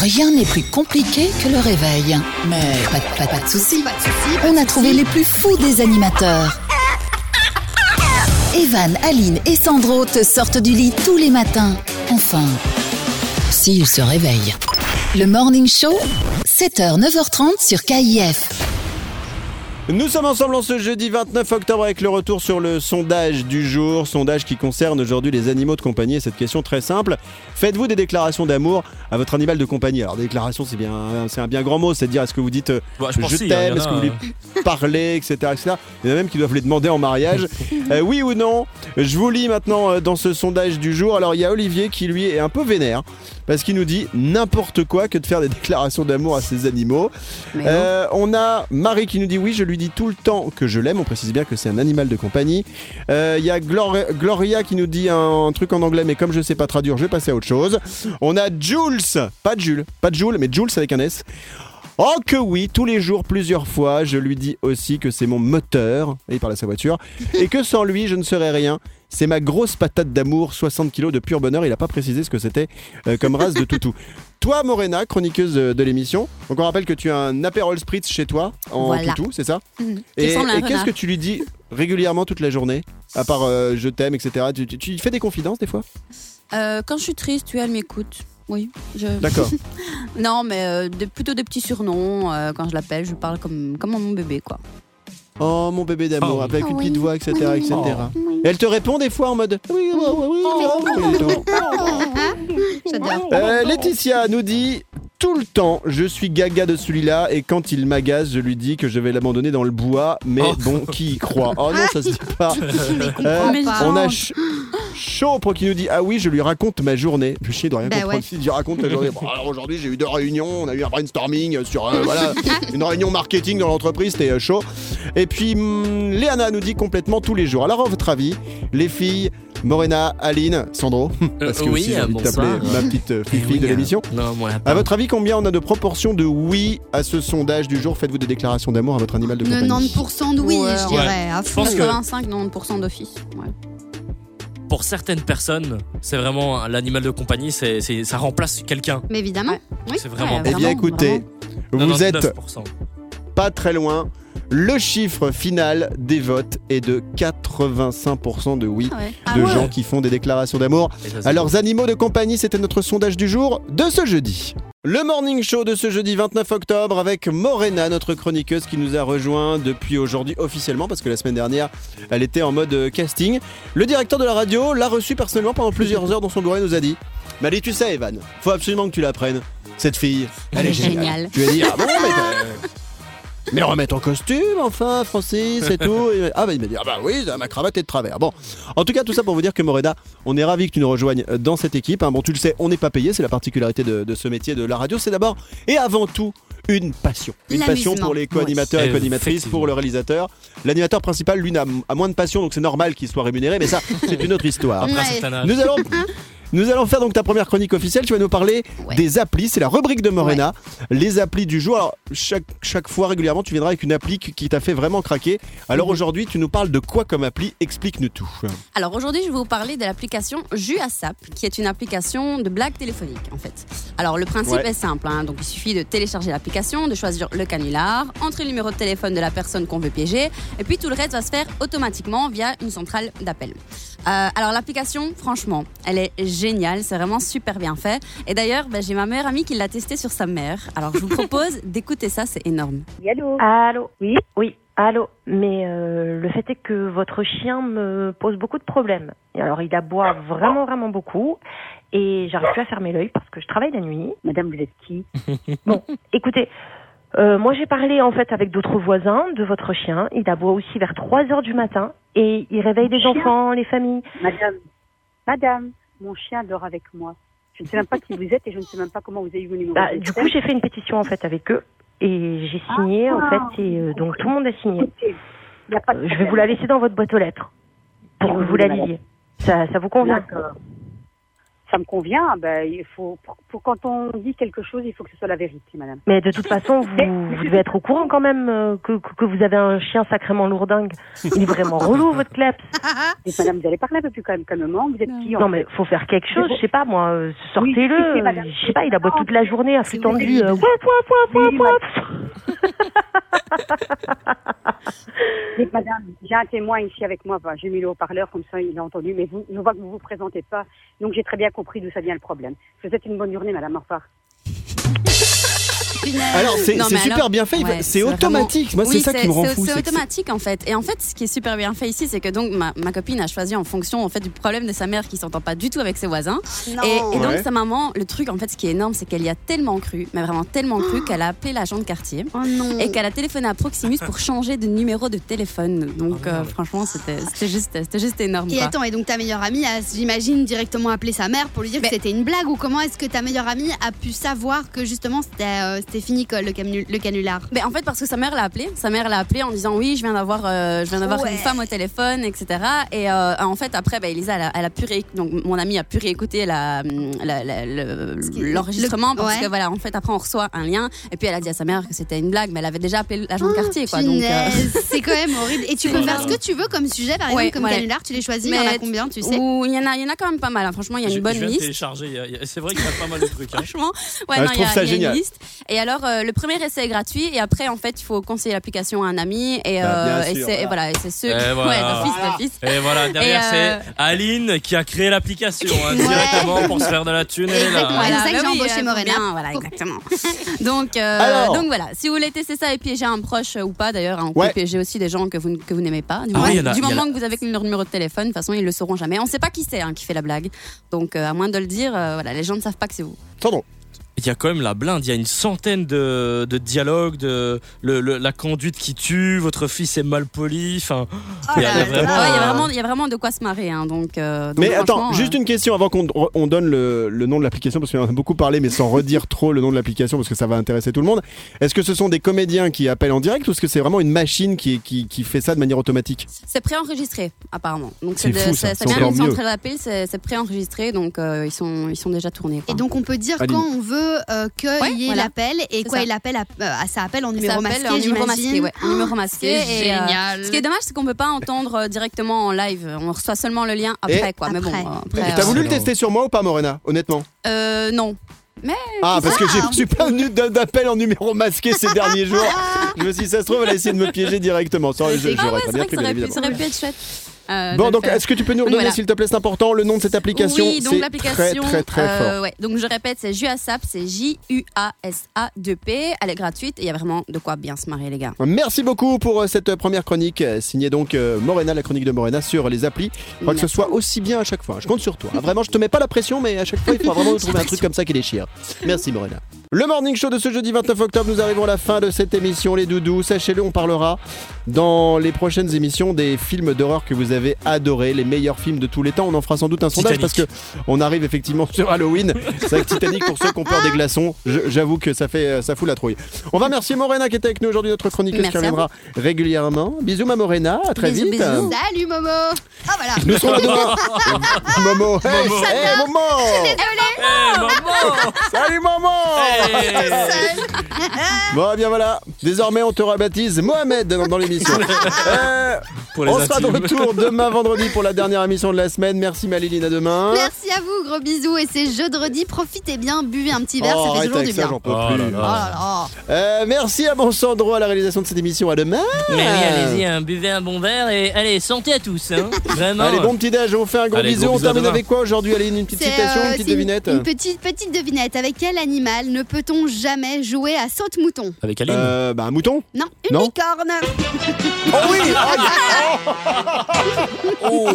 Speaker 1: Rien n'est plus compliqué que le réveil. Mais pas, de- pas- pas de soucis.
Speaker 3: pas de soucis, pas
Speaker 1: On
Speaker 3: de
Speaker 1: a trouvé
Speaker 3: soucis.
Speaker 1: les plus fous des animateurs. Evan, Aline et Sandro te sortent du lit tous les matins. Enfin, s'ils se réveillent. Le Morning Show, 7h, 9h30 sur KIF.
Speaker 2: Nous sommes ensemble en ce jeudi 29 octobre avec le retour sur le sondage du jour, sondage qui concerne aujourd'hui les animaux de compagnie. Et cette question très simple, faites-vous des déclarations d'amour à votre animal de compagnie Alors déclaration, c'est bien, c'est un bien grand mot, c'est-à-dire est-ce que vous dites euh,
Speaker 4: Bah,
Speaker 2: je,
Speaker 4: pense si, hein,
Speaker 2: t'aime,
Speaker 4: il y en
Speaker 2: est-ce que vous
Speaker 4: a,
Speaker 2: voulez parler, etc., etc. Il y en a même qui doivent les demander en mariage. Euh, oui ou non Je vous lis maintenant euh, dans ce sondage du jour. Alors il y a Olivier qui lui est un peu vénère parce qu'il nous dit n'importe quoi que de faire des déclarations d'amour à ses animaux.
Speaker 5: Mais
Speaker 2: Euh, on a Marie qui nous dit oui, je lui dis tout le temps que je l'aime. On précise bien que c'est un animal de compagnie. Euh, Il y a Glor- Gloria qui nous dit un, un truc en anglais, mais comme je sais pas traduire, je vais passer à autre chose. On a Jules, pas Jules, pas Jules, mais Jules avec un S. Oh que oui, tous les jours, plusieurs fois, je lui dis aussi que c'est mon moteur, et il parle à sa voiture, et que sans lui, je ne serais rien. C'est ma grosse patate d'amour, 60 kilos de pur bonheur. Il n'a pas précisé ce que c'était euh, comme race de toutou. Toi, Morena, chroniqueuse de, de l'émission, donc on rappelle que tu as un apérol spritz chez toi en
Speaker 5: Voilà.
Speaker 2: toutou, c'est ça
Speaker 5: Mhm.
Speaker 2: Et,
Speaker 5: Il ressemble à un
Speaker 2: et qu'est-ce
Speaker 5: renard.
Speaker 2: que tu lui dis régulièrement toute la journée À part euh, je t'aime, etc. Tu, tu- tu fais des confidences des fois
Speaker 5: Euh, quand je suis triste, tu elle m'écoute. Oui. Je...
Speaker 2: D'accord.
Speaker 5: Non, mais euh, des- plutôt des petits surnoms. euh, quand je l'appelle, je parle comme, comme mon bébé, quoi.
Speaker 2: Oh mon bébé d'amour,
Speaker 4: Oh.
Speaker 2: avec une
Speaker 3: Oh,
Speaker 2: petite
Speaker 3: oui.
Speaker 2: voix, etc.
Speaker 3: Oui.
Speaker 2: etc. Et elle te répond des fois en mode oui, oui, oui, oui, oui, oui, oui.
Speaker 3: Oh. J'adore.
Speaker 2: Euh, Laetitia nous dit tout le temps, je suis gaga de celui-là et quand il m'agace, je lui dis que je vais l'abandonner dans le bois. Mais
Speaker 4: Oh.
Speaker 2: bon, qui y croit Oh non, ça se dit pas. Euh,
Speaker 5: Mais
Speaker 3: pas.
Speaker 2: on a Ch- Chopre qui nous dit ah oui, je lui raconte ma journée. Je sais de rien
Speaker 3: Bah
Speaker 2: comprendre.
Speaker 3: ouais.
Speaker 2: Si, je lui raconte ta journée. Bon, alors aujourd'hui, j'ai eu deux réunions, on a eu un brainstorming sur euh, voilà une réunion marketing dans l'entreprise, c'était euh, chaud. Et puis hum, Léana nous dit complètement tous les jours. Alors à votre avis, les filles, Morena, Aline, Sandro, parce que
Speaker 4: Euh, oui,
Speaker 2: aussi, j'ai envie de
Speaker 4: bonsoir.
Speaker 2: t'appeler ma petite euh, Ah,
Speaker 4: Eh
Speaker 2: fille
Speaker 4: oui,
Speaker 2: de
Speaker 4: euh,
Speaker 2: l'émission.
Speaker 4: Non, moi,
Speaker 2: À votre avis, combien on a de proportions de oui à ce sondage du jour Faites-vous des déclarations d'amour à votre animal de compagnie
Speaker 3: 90% de oui,
Speaker 5: Ouais,
Speaker 3: je
Speaker 5: ouais.
Speaker 3: dirais. hein. à
Speaker 4: Je
Speaker 3: fond.
Speaker 4: pense que-
Speaker 5: 85-90% d'office. Ouais.
Speaker 4: pour certaines personnes, c'est vraiment l'animal de compagnie, c'est, c'est- ça remplace quelqu'un.
Speaker 3: Mais évidemment.
Speaker 5: Oui,
Speaker 4: C'est vraiment-
Speaker 5: ouais,
Speaker 2: Eh bien, écoutez, vous êtes
Speaker 4: 99%.
Speaker 2: pas très loin. Le chiffre final des votes est de 85% de oui
Speaker 5: Ah ouais.
Speaker 2: de
Speaker 4: ouais.
Speaker 2: gens qui font des déclarations d'amour
Speaker 4: Et ça, c'est
Speaker 2: à leurs animaux de compagnie. C'était notre sondage du jour de ce jeudi. Le morning show de ce jeudi 29 octobre avec Morena, notre chroniqueuse qui nous a rejoint depuis aujourd'hui officiellement parce que la semaine dernière elle était en mode euh, casting. Le directeur de la radio l'a reçu personnellement pendant plusieurs heures dans son bureau et nous a dit Mais allez, tu sais, Evan, faut absolument que tu la prennes. Cette fille, elle est géniale.
Speaker 5: Géniale.
Speaker 2: Tu vas dire Ah bon, mais. t'as- Mais remettre en costume, enfin, Francis, c'est tout. Et- ah, bah, il m'a dit, ah, bah oui, ma cravate est de travers. Bon, en tout cas, tout ça pour vous dire que Morena, on est ravis que tu nous rejoignes euh, dans cette équipe. hein. Bon, tu le sais, on n'est pas payé, c'est la particularité de, de ce métier de la radio. C'est d'abord et avant tout une passion. Une passion
Speaker 3: L'amusement.
Speaker 2: pour les co-animateurs et
Speaker 4: Ouais.
Speaker 2: co-animatrices, pour le réalisateur. L'animateur principal, lui, n'a a moins de passion, donc c'est normal qu'il soit rémunéré, mais ça, c'est une autre histoire.
Speaker 4: un
Speaker 3: Ouais.
Speaker 4: certain âge.
Speaker 2: Nous allons, nous allons faire donc ta première chronique officielle. Tu vas nous parler
Speaker 5: Ouais.
Speaker 2: des applis. C'est la rubrique de Morena. Les applis du jour. Alors, chaque, chaque fois, régulièrement, tu viendras avec une appli qui qui t'a fait vraiment craquer. Alors
Speaker 5: Mhm.
Speaker 2: aujourd'hui, tu nous parles de quoi comme appli Explique-nous tout.
Speaker 5: Alors aujourd'hui, je vais vous parler de l'application JuaSap, qui est une application de blagues téléphoniques en fait. Alors le principe
Speaker 2: Ouais.
Speaker 5: est simple, hein. donc il suffit de télécharger l'application, de choisir le canular, entrer le numéro de téléphone de la personne qu'on veut piéger, et puis tout le reste va se faire automatiquement via une centrale d'appel. Euh, alors l'application, franchement, elle est géniale, c'est vraiment super bien fait. Et d'ailleurs, ben, j'ai ma meilleure amie qui l'a testée sur sa mère. Alors je vous propose d'écouter ça, c'est énorme.
Speaker 8: Allô
Speaker 9: Allô
Speaker 8: Oui
Speaker 9: Oui, allô Mais euh, le fait est que votre chien me pose beaucoup de problèmes. Et Alors, il aboie vraiment, vraiment beaucoup. Et j'arrive plus à fermer l'œil parce que je travaille la nuit.
Speaker 8: Madame, vous êtes qui
Speaker 9: Écoutez, euh, moi, j'ai parlé en fait avec d'autres voisins de votre chien. Il aboie aussi vers 3 heures du matin. Et il réveille les
Speaker 8: Chien
Speaker 9: enfants, les familles.
Speaker 8: Madame, Madame, mon chien dort avec moi. Je ne sais même pas qui vous êtes et je ne sais même pas comment vous avez eu mon numéro.
Speaker 9: Bah,
Speaker 8: de
Speaker 9: du coup,
Speaker 8: téléphone.
Speaker 9: j'ai fait une pétition en fait avec eux. Et j'ai signé
Speaker 8: Ah.
Speaker 9: en fait. Et euh, donc, tout le monde a signé.
Speaker 8: Écoutez, il n'y a pas de
Speaker 9: Euh, je vais vous la laisser dans votre boîte aux lettres pour que vous la lisiez. Ça, ça vous convient
Speaker 8: D'accord. Ça me convient. Ben, il faut, pour, pour- quand on dit quelque chose, il faut que ce soit la vérité, Madame.
Speaker 9: Mais de toute façon,
Speaker 8: Eh,
Speaker 9: vous, vous devez être au courant quand même euh, que, que- que vous avez un chien sacrément lourdingue. Il est vraiment relou, votre kleps.
Speaker 8: Dites, madame, vous allez parler un peu plus quand même calmement. Vous êtes qui en
Speaker 9: Non, mais faut faire quelque chose, je sais pas moi, euh,
Speaker 8: Oui, si, si,
Speaker 9: sortez-le.
Speaker 8: madame.
Speaker 9: euh, Je sais pas, il aboie toute la journée à
Speaker 3: C'est
Speaker 9: flux tendu.
Speaker 3: horrible.
Speaker 9: euh, ouah, ouah, ouah,
Speaker 8: Oui,
Speaker 9: ouah, ouah.
Speaker 8: fait Dites, madame, j'ai un témoin ici avec moi. Ben, j'ai mis le haut-parleur, comme ça il a entendu. Mais vous, je vois que vous ne vous présentez pas. Donc j'ai très bien compris d'où ça vient le problème. Je vous souhaite une bonne journée, Madame. Au revoir.
Speaker 3: punaise.
Speaker 2: Alors, c'est
Speaker 5: Non,
Speaker 2: c'est
Speaker 5: mais
Speaker 2: super
Speaker 5: alors-
Speaker 2: bien fait. il va-
Speaker 5: ouais,
Speaker 2: c'est
Speaker 5: c'est
Speaker 2: automatique. Moi,
Speaker 5: Oui,
Speaker 2: c'est ça qui me rend
Speaker 5: c'est-
Speaker 2: fou.
Speaker 5: C'est
Speaker 2: c'est que c'est-
Speaker 5: automatique en fait. Et en fait, ce qui est super bien fait ici, c'est que donc ma, ma copine a choisi en fonction en fait du problème de sa mère qui s'entend pas du tout avec ses voisins.
Speaker 3: Non.
Speaker 5: Et, et donc
Speaker 2: Ouais.
Speaker 5: sa maman, le truc en fait, ce qui est énorme, c'est qu'elle y a tellement cru, mais vraiment tellement cru qu'elle a appelé l'agent de quartier
Speaker 3: Oh non.
Speaker 5: et qu'elle a téléphoné à Proximus pour changer de numéro de téléphone. Donc
Speaker 4: Ah, merde.
Speaker 5: euh, franchement, c'était c'était juste, c'était juste énorme.
Speaker 3: Et
Speaker 5: quoi.
Speaker 3: attends, et donc ta meilleure amie a, j'imagine, directement appelé sa mère pour lui dire
Speaker 5: Mais-
Speaker 3: que c'était une blague ou comment est-ce que ta meilleure amie a pu savoir que justement c'était euh, c'était fini quoi, le, canu- le canular
Speaker 5: Mais Ben, en fait, parce que sa mère l'a appelé. Sa mère l'a appelé en disant oui, je viens d'avoir, euh, je viens d'avoir
Speaker 3: Ouais.
Speaker 5: une femme au téléphone, etc. Et euh, en fait, après, bah, Elisa, elle a, elle a pu rééc- donc mon amie a pu réécouter la, mm, la- la- le-
Speaker 3: Ce qui-
Speaker 5: l'enregistrement
Speaker 3: le-
Speaker 5: parce
Speaker 3: ouais.
Speaker 5: que voilà, en fait, après on reçoit un lien et puis elle a dit à sa mère que c'était une blague, mais elle avait déjà appelé l'agent de quartier, quoi. Donc, euh,
Speaker 3: Oh, Punaise, c'est quand même horrible. Et tu peux
Speaker 4: C'est
Speaker 3: faire ce
Speaker 4: horrible.
Speaker 3: que tu veux comme sujet, par
Speaker 5: Ouais,
Speaker 3: exemple, comme
Speaker 5: ouais.
Speaker 3: canular, tu les choisis, il y en a
Speaker 5: Mais-
Speaker 3: combien, tu sais
Speaker 5: où il y en a, il y en a quand même pas mal. hein. Franchement, il y a
Speaker 4: Je-
Speaker 5: une
Speaker 4: je
Speaker 5: bonne
Speaker 4: viens de
Speaker 5: liste.
Speaker 4: télécharger. il y a- il y a- C'est vrai qu'il y a pas mal de trucs. hein.
Speaker 5: Franchement, ouais,
Speaker 2: Ah,
Speaker 5: non,
Speaker 2: je
Speaker 5: il y
Speaker 2: trouve
Speaker 5: a,
Speaker 2: ça
Speaker 5: il y a
Speaker 2: génial.
Speaker 5: une liste. Et alors, euh, le premier essai est gratuit. Et après, en fait, il faut conseiller l'application à un ami. Et,
Speaker 2: Bah, bien
Speaker 5: euh, et
Speaker 2: sûr,
Speaker 5: c'est et voilà, et c'est ceux
Speaker 4: Et
Speaker 5: qui.
Speaker 4: voilà.
Speaker 5: Ouais, d'office, d'office.
Speaker 4: Et voilà, derrière,
Speaker 5: Et, euh,
Speaker 4: c'est Aline qui a créé l'application hein,
Speaker 3: Ouais.
Speaker 4: directement pour se faire de la thune. Elle est là.
Speaker 5: Ah,
Speaker 3: Exactement.
Speaker 4: hein.
Speaker 3: Voilà, bah oui, euh,
Speaker 5: Morena.
Speaker 3: bien,
Speaker 5: voilà, exactement. donc, euh,
Speaker 2: Alors.
Speaker 5: donc voilà, si vous voulez tester ça et piéger un proche euh, ou pas, d'ailleurs, hein, on peut
Speaker 2: Ouais.
Speaker 5: piéger aussi des gens que vous, n- que vous n'aimez pas. Du,
Speaker 4: Ah
Speaker 5: moment,
Speaker 4: oui, il y en a-
Speaker 5: du
Speaker 4: il y en
Speaker 5: moment
Speaker 4: a.
Speaker 5: que vous avez leur numéro de téléphone, de toute façon, ils le sauront jamais. On ne sait pas qui c'est hein, qui fait la blague. Donc, euh, à moins de le dire, euh, voilà, les gens ne savent pas que c'est vous.
Speaker 2: Pardon.
Speaker 4: Il y a quand même la blinde, il y a une centaine de, de dialogues, de, le- le- la conduite qui tue, votre fils est mal poli. Enfin,
Speaker 5: Oh
Speaker 4: il y a- il y
Speaker 3: là
Speaker 4: a
Speaker 3: là.
Speaker 5: Ah Ouais, Il
Speaker 4: vraiment.
Speaker 5: y, a
Speaker 4: euh,
Speaker 5: vraiment- il y a vraiment de quoi se marrer. hein, donc, euh, donc
Speaker 2: Mais attends,
Speaker 5: franchement,
Speaker 2: juste
Speaker 5: euh,
Speaker 2: une question avant qu'on on donne le, le nom de l'application, parce qu'on en a beaucoup parlé, mais sans redire trop le nom de l'application, parce que ça va intéresser tout le monde. Est-ce que ce sont des comédiens qui appellent en direct, ou est-ce que c'est vraiment une machine qui, qui, qui fait ça de manière automatique
Speaker 5: C'est préenregistré, apparemment. Donc,
Speaker 2: C'est
Speaker 5: de-
Speaker 2: fou, ça.
Speaker 5: ça,
Speaker 2: C'est
Speaker 5: vient
Speaker 2: encore
Speaker 5: d'une
Speaker 2: mieux.
Speaker 5: centrale d'appel, c'est c'est préenregistré. Donc, euh, ils, sont, ils sont déjà tournés. quoi.
Speaker 3: Et donc on peut dire
Speaker 2: Aline.
Speaker 3: quand on veut euh, que
Speaker 5: Ouais,
Speaker 3: qu'il y ait
Speaker 5: voilà.
Speaker 3: l'appel et
Speaker 5: C'est
Speaker 3: quoi
Speaker 5: ça.
Speaker 3: il appelle à, euh, à ça appelle en
Speaker 5: Ça
Speaker 3: numéro
Speaker 5: s'appelle
Speaker 3: masqué,
Speaker 5: un numéro
Speaker 3: j'imagine. Oh,
Speaker 5: masqué, ouais. Un numéro
Speaker 3: C'est
Speaker 5: masqué. et, euh,
Speaker 3: génial.
Speaker 5: ce qui est dommage, c'est qu'on peut pas entendre euh, directement en live. On reçoit sellement le lien après, quoi. Mais bon,
Speaker 3: après.
Speaker 5: euh,
Speaker 2: Et
Speaker 5: après,
Speaker 2: T'as
Speaker 5: euh,
Speaker 2: voulu le
Speaker 4: alors-
Speaker 2: tester sur moi ou pas, Morena Honnêtement
Speaker 5: euh, non. Eh,
Speaker 2: Ah, parce que j'ai
Speaker 3: Ah.
Speaker 2: reçu plein de- d'appels en numéro masqué ces derniers jours. Je me suis dit, ça se trouve, elle a essayé de me piéger directement. Ça, je-
Speaker 5: Ah ouais,
Speaker 2: J'aurais
Speaker 5: c'est
Speaker 2: pas
Speaker 5: vrai
Speaker 2: bien
Speaker 5: que
Speaker 2: pris,
Speaker 5: ça
Speaker 2: bien
Speaker 5: aurait pu,
Speaker 2: évidemment.
Speaker 5: ça aurait pu être chouette. euh,
Speaker 2: Bon,
Speaker 5: de
Speaker 2: donc,
Speaker 5: le faire.
Speaker 2: est-ce que tu peux nous redonner,
Speaker 5: Voilà.
Speaker 2: s'il te plaît, c'est important, le nom de cette application
Speaker 5: Oui, donc
Speaker 2: C'est
Speaker 5: l'application.
Speaker 2: Très, très, très
Speaker 5: euh,
Speaker 2: fort.
Speaker 5: ouais. Donc je répète, c'est JUASAP, c'est J-U-A-S-A-2-P. Elle est gratuite et il y a vraiment de quoi bien se marrer, les gars.
Speaker 2: Merci beaucoup pour euh, cette euh, première chronique, euh, signée donc euh, Morena, la chronique de Morena sur les applis. Je crois que ce soit aussi bien à chaque fois. Je compte sur toi. Ah, Vraiment, je te mets pas la pression, mais à chaque fois, il faut vraiment trouver un truc comme ça qui déchire. Merci Morena. Le morning show de ce jeudi 29 octobre, nous arrivons à la fin de cette émission, les doudous. Sachez-le, on parlera dans les prochaines émissions des films d'horreur que vous avez adorés, les meilleurs films de tous les temps. On en fera sans doute un sondage
Speaker 4: Titanic.
Speaker 2: parce que on arrive effectivement sur Halloween. C'est vrai que Titanic, pour ceux qui ont peur des glaçons, je- j'avoue que ça fait euh, ça fout la trouille. On va remercier Morena qui était avec nous aujourd'hui, notre chroniqueuse
Speaker 5: Merci
Speaker 2: qui
Speaker 5: à
Speaker 2: reviendra régulièrement. Bisous ma Morena, à très
Speaker 5: Bisous,
Speaker 2: vite.
Speaker 5: bisous.
Speaker 3: Salut Momo. Ah voilà.
Speaker 2: Nous serons là demain. Momo, hey,
Speaker 4: Momo.
Speaker 2: hey, Momo.
Speaker 4: Eh, maman
Speaker 2: Salut Momo.
Speaker 5: Oh,
Speaker 4: Eh.
Speaker 2: Bon, eh bien voilà. Désormais, on te rebaptise Mohamed dans, dans l'émission. Euh,
Speaker 4: Pour les
Speaker 2: on sera de
Speaker 4: intimes.
Speaker 2: retour demain vendredi pour la dernière émission de la semaine. Merci Maliline, à demain.
Speaker 3: Merci à vous, gros bisous et c'est jeudi, profitez bien, buvez un petit verre,
Speaker 2: Oh,
Speaker 3: ça fait
Speaker 2: arrête
Speaker 3: toujours
Speaker 2: avec
Speaker 3: du
Speaker 2: ça,
Speaker 3: bien.
Speaker 2: j'en peux
Speaker 4: Oh
Speaker 2: plus.
Speaker 4: là
Speaker 3: Oh
Speaker 4: là.
Speaker 3: là là.
Speaker 2: Euh, merci à Bonsandro à la réalisation de cette émission. À demain.
Speaker 4: Mais
Speaker 2: Ah.
Speaker 4: oui, allez-y, hein, buvez un bon verre et allez, santé à tous. hein. Vraiment.
Speaker 2: Allez, bon petit déj. On vous fait un gros
Speaker 4: Allez,
Speaker 2: bisou.
Speaker 4: gros
Speaker 2: on
Speaker 4: bisous à
Speaker 2: termine
Speaker 4: demain.
Speaker 2: avec quoi aujourd'hui Aline Une petite
Speaker 3: C'est,
Speaker 2: citation,
Speaker 3: euh,
Speaker 2: une
Speaker 3: c'est
Speaker 2: petite devinette
Speaker 3: Une petite, petite devinette. Avec quel animal ne peut-on jamais jouer à saute-mouton
Speaker 4: Avec Aline.
Speaker 2: euh, bah, Un mouton
Speaker 3: Non, une
Speaker 2: Non.
Speaker 3: licorne.
Speaker 2: Oh oui Ah, il y a-
Speaker 4: Oh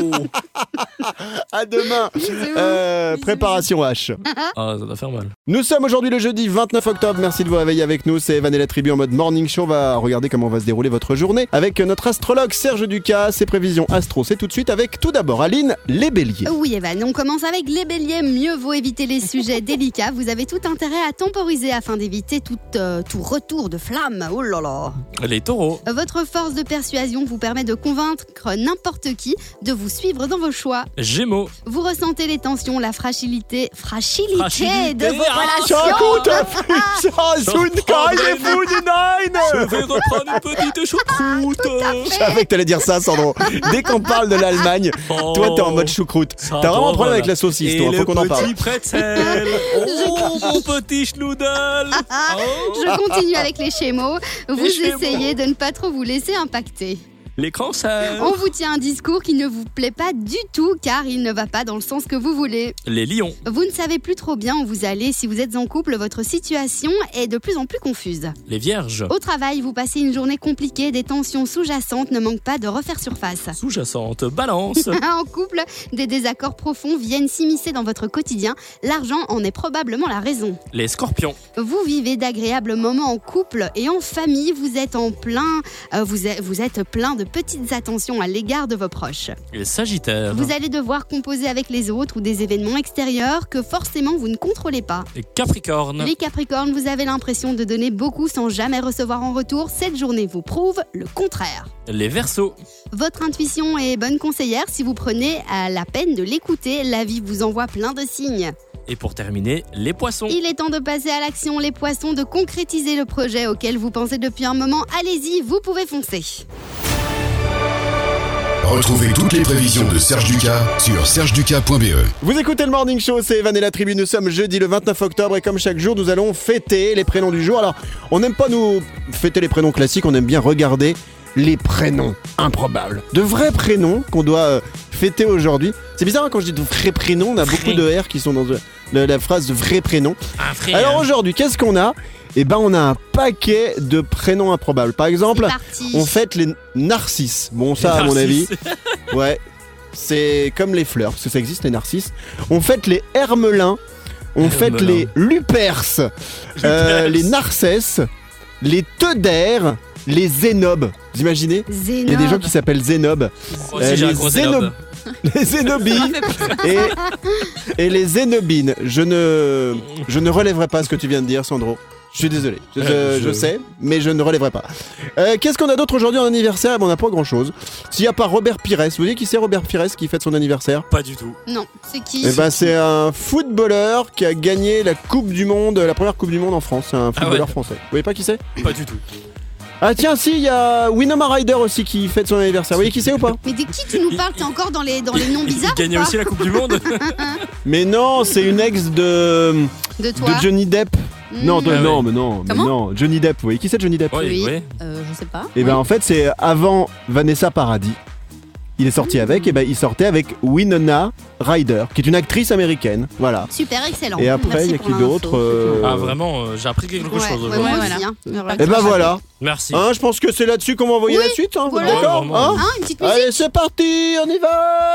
Speaker 2: À demain Euh, Préparation H.
Speaker 4: Ah, ça doit faire mal.
Speaker 2: Nous sommes aujourd'hui le jeudi 29 octobre. Merci de vous réveiller avec nous. C'est Evan et la tribu en mode morning show. On va regarder comment va se dérouler votre journée avec notre astrologue Serge Ducas. Ses prévisions astro, c'est tout de suite avec tout d'abord Aline, les
Speaker 4: Oh,
Speaker 2: béliers.
Speaker 3: Oui, Evan, on commence avec les béliers. Mieux vaut éviter les sujets délicats. Vous avez tout intérêt à temporiser afin d'éviter tout, euh, tout retour de flamme. Oh là là.
Speaker 4: Les taureaux.
Speaker 3: Votre force de persuasion vous permet de convaincre n'importe qui de vous suivre dans vos choix.
Speaker 4: Gémeaux.
Speaker 3: Vous ressentez les tensions, la fragilité, fragilité,
Speaker 4: Fragilité.
Speaker 3: de vos
Speaker 4: Ah,
Speaker 3: relations.
Speaker 2: hein.
Speaker 4: Je vais reprendre une petite choucroute.
Speaker 2: Je savais que t'allais dire ça, Sandro. Dès qu'on parle de l'Allemagne,
Speaker 4: Oh.
Speaker 2: toi t'es en mode choucroute.
Speaker 4: Ça
Speaker 2: T'as vraiment un
Speaker 4: adore,
Speaker 2: problème avec
Speaker 4: voilà.
Speaker 2: la saucisse,
Speaker 4: Et
Speaker 2: toi. Faut
Speaker 4: le
Speaker 2: qu'on en parle.
Speaker 4: petit pretzel. Oh, mon petit schnoodle. Oh.
Speaker 3: Je continue avec les schémos. Vous
Speaker 4: Les schémos.
Speaker 3: essayez de ne pas trop vous laisser impacter.
Speaker 4: L'écran, ça.
Speaker 3: On vous tient un discours qui ne vous plaît pas du tout car il ne va pas dans le sens que vous voulez.
Speaker 4: Les lions.
Speaker 3: Vous ne savez plus trop bien où vous allez. Si vous êtes en couple, votre situation est de plus en plus confuse.
Speaker 4: Les vierges.
Speaker 3: Au travail, vous passez une journée compliquée. Des tensions sous-jacentes ne manquent pas de refaire surface.
Speaker 4: Sous-jacente. Balance.
Speaker 3: en couple, des désaccords profonds viennent s'immiscer dans votre quotidien. L'argent en est probablement la raison.
Speaker 4: Les scorpions.
Speaker 3: Vous vivez d'agréables moments en couple et en famille. Vous êtes en plein, euh, vous, êtes, vous êtes plein de petites attentions à l'égard de vos proches.
Speaker 4: Les sagittaires.
Speaker 3: Vous allez devoir composer avec les autres ou des événements extérieurs que forcément vous ne contrôlez pas.
Speaker 4: Les capricornes.
Speaker 3: Les Capricornes, vous avez l'impression de donner beaucoup sans jamais recevoir en retour. Cette journée vous prouve le contraire.
Speaker 4: Les versos.
Speaker 3: Votre intuition est bonne conseillère si vous prenez à la peine de l'écouter. La vie vous envoie plein de signes.
Speaker 4: Et pour terminer, les poissons.
Speaker 3: Il est temps de passer à l'action, les poissons, de concrétiser le projet auquel vous pensez depuis un moment. Allez-y, vous pouvez foncer.
Speaker 10: Retrouvez toutes les prévisions de Serge Ducas sur sergeducas.be.
Speaker 2: Vous écoutez le Morning Show, c'est Evan et la Tribu. Nous sommes jeudi le 29 octobre et comme chaque jour, nous allons fêter les prénoms du jour. Alors, on n'aime pas nous fêter les prénoms classiques, on aime bien regarder les prénoms improbables. De vrais prénoms qu'on doit euh, fêter aujourd'hui. C'est bizarre hein, quand je dis de vrais prénoms, on a beaucoup de R qui sont dans euh, la, la phrase de vrais prénoms.
Speaker 4: Un frère.
Speaker 2: Alors aujourd'hui, qu'est-ce qu'on a Eh ben, on a un paquet de prénoms improbables. Par
Speaker 3: C'est
Speaker 2: exemple,
Speaker 3: parti.
Speaker 2: on fête les narcisses. Bon, ça, à mon avis,
Speaker 4: Narcisse.
Speaker 2: Ouais, c'est comme les fleurs, parce que ça existe, les narcisses. On fête les hermelins, on
Speaker 4: Hermelins.
Speaker 2: fête les luperces, euh, les narcesses, les teudères, les zénobes. Vous imaginez Il y a des gens qui s'appellent zénobes.
Speaker 4: Moi aussi,
Speaker 2: Euh,
Speaker 4: j'ai un
Speaker 2: les
Speaker 4: gros zénobe.
Speaker 2: Les zénobies et, et les zénobines. Je ne, je ne relèverai pas ce que tu viens de dire, Sandro. Je suis désolé, je,
Speaker 4: Euh,
Speaker 2: je-
Speaker 4: je-
Speaker 2: je sais, mais je ne relèverai pas. Euh, Qu'est-ce qu'on a d'autre aujourd'hui en anniversaire Eh ben, On n'a pas grand-chose. S'il n'y a pas Robert Pires, vous voyez qui c'est Robert Pires qui fête son anniversaire
Speaker 4: Pas du tout.
Speaker 3: Non, c'est qui
Speaker 2: Eh ben, c'est un footballeur qui a gagné la Coupe du Monde, la première Coupe du Monde en France. C'est un footballeur
Speaker 4: Ah ouais.
Speaker 2: français. Vous voyez pas qui c'est
Speaker 4: Pas du tout.
Speaker 2: Ah tiens, si, il y a Winoma Ryder aussi qui fête son anniversaire. Vous voyez qui c'est ou pas
Speaker 3: Mais de qui tu nous parles T'es encore dans les, dans les noms
Speaker 4: Il-
Speaker 3: bizarres
Speaker 4: Il gagnait
Speaker 3: ou pas
Speaker 4: aussi la Coupe du Monde.
Speaker 2: Mais non, c'est une ex de,
Speaker 3: De
Speaker 2: de
Speaker 3: toi
Speaker 2: Johnny Depp. Non,
Speaker 3: Mmh.
Speaker 2: de-
Speaker 4: Ah ouais.
Speaker 2: non, mais non, mais
Speaker 5: Comment
Speaker 2: non. Johnny Depp, vous voyez qui c'est Johnny Depp
Speaker 4: Ouais,
Speaker 3: Oui.
Speaker 4: ouais.
Speaker 5: Euh, je sais pas.
Speaker 2: Et ben en fait, c'est avant Vanessa Paradis. Il est
Speaker 3: Ah.
Speaker 2: sorti avec, et ben il sortait avec Winona Ryder, qui est une actrice américaine. Voilà.
Speaker 3: Super, excellent.
Speaker 2: Et après,
Speaker 3: Ah, Merci
Speaker 2: il y a
Speaker 3: pour
Speaker 2: qui
Speaker 3: l'info.
Speaker 2: d'autre euh,
Speaker 4: Ah, vraiment, euh, j'ai appris quelque
Speaker 3: Ouais,
Speaker 4: chose
Speaker 3: ouais, Oh,
Speaker 4: aujourd'hui.
Speaker 3: moi
Speaker 5: Ouais,
Speaker 3: aussi, hein.
Speaker 2: Et ben voilà.
Speaker 4: Merci.
Speaker 2: Hein, je pense que c'est là-dessus qu'on va envoyer la suite. Hein,
Speaker 3: voilà. Ah,
Speaker 2: D'accord
Speaker 4: Ouais, vraiment. euh,
Speaker 2: Hein
Speaker 3: Hein, une petite musique
Speaker 2: Allez, c'est parti, on y va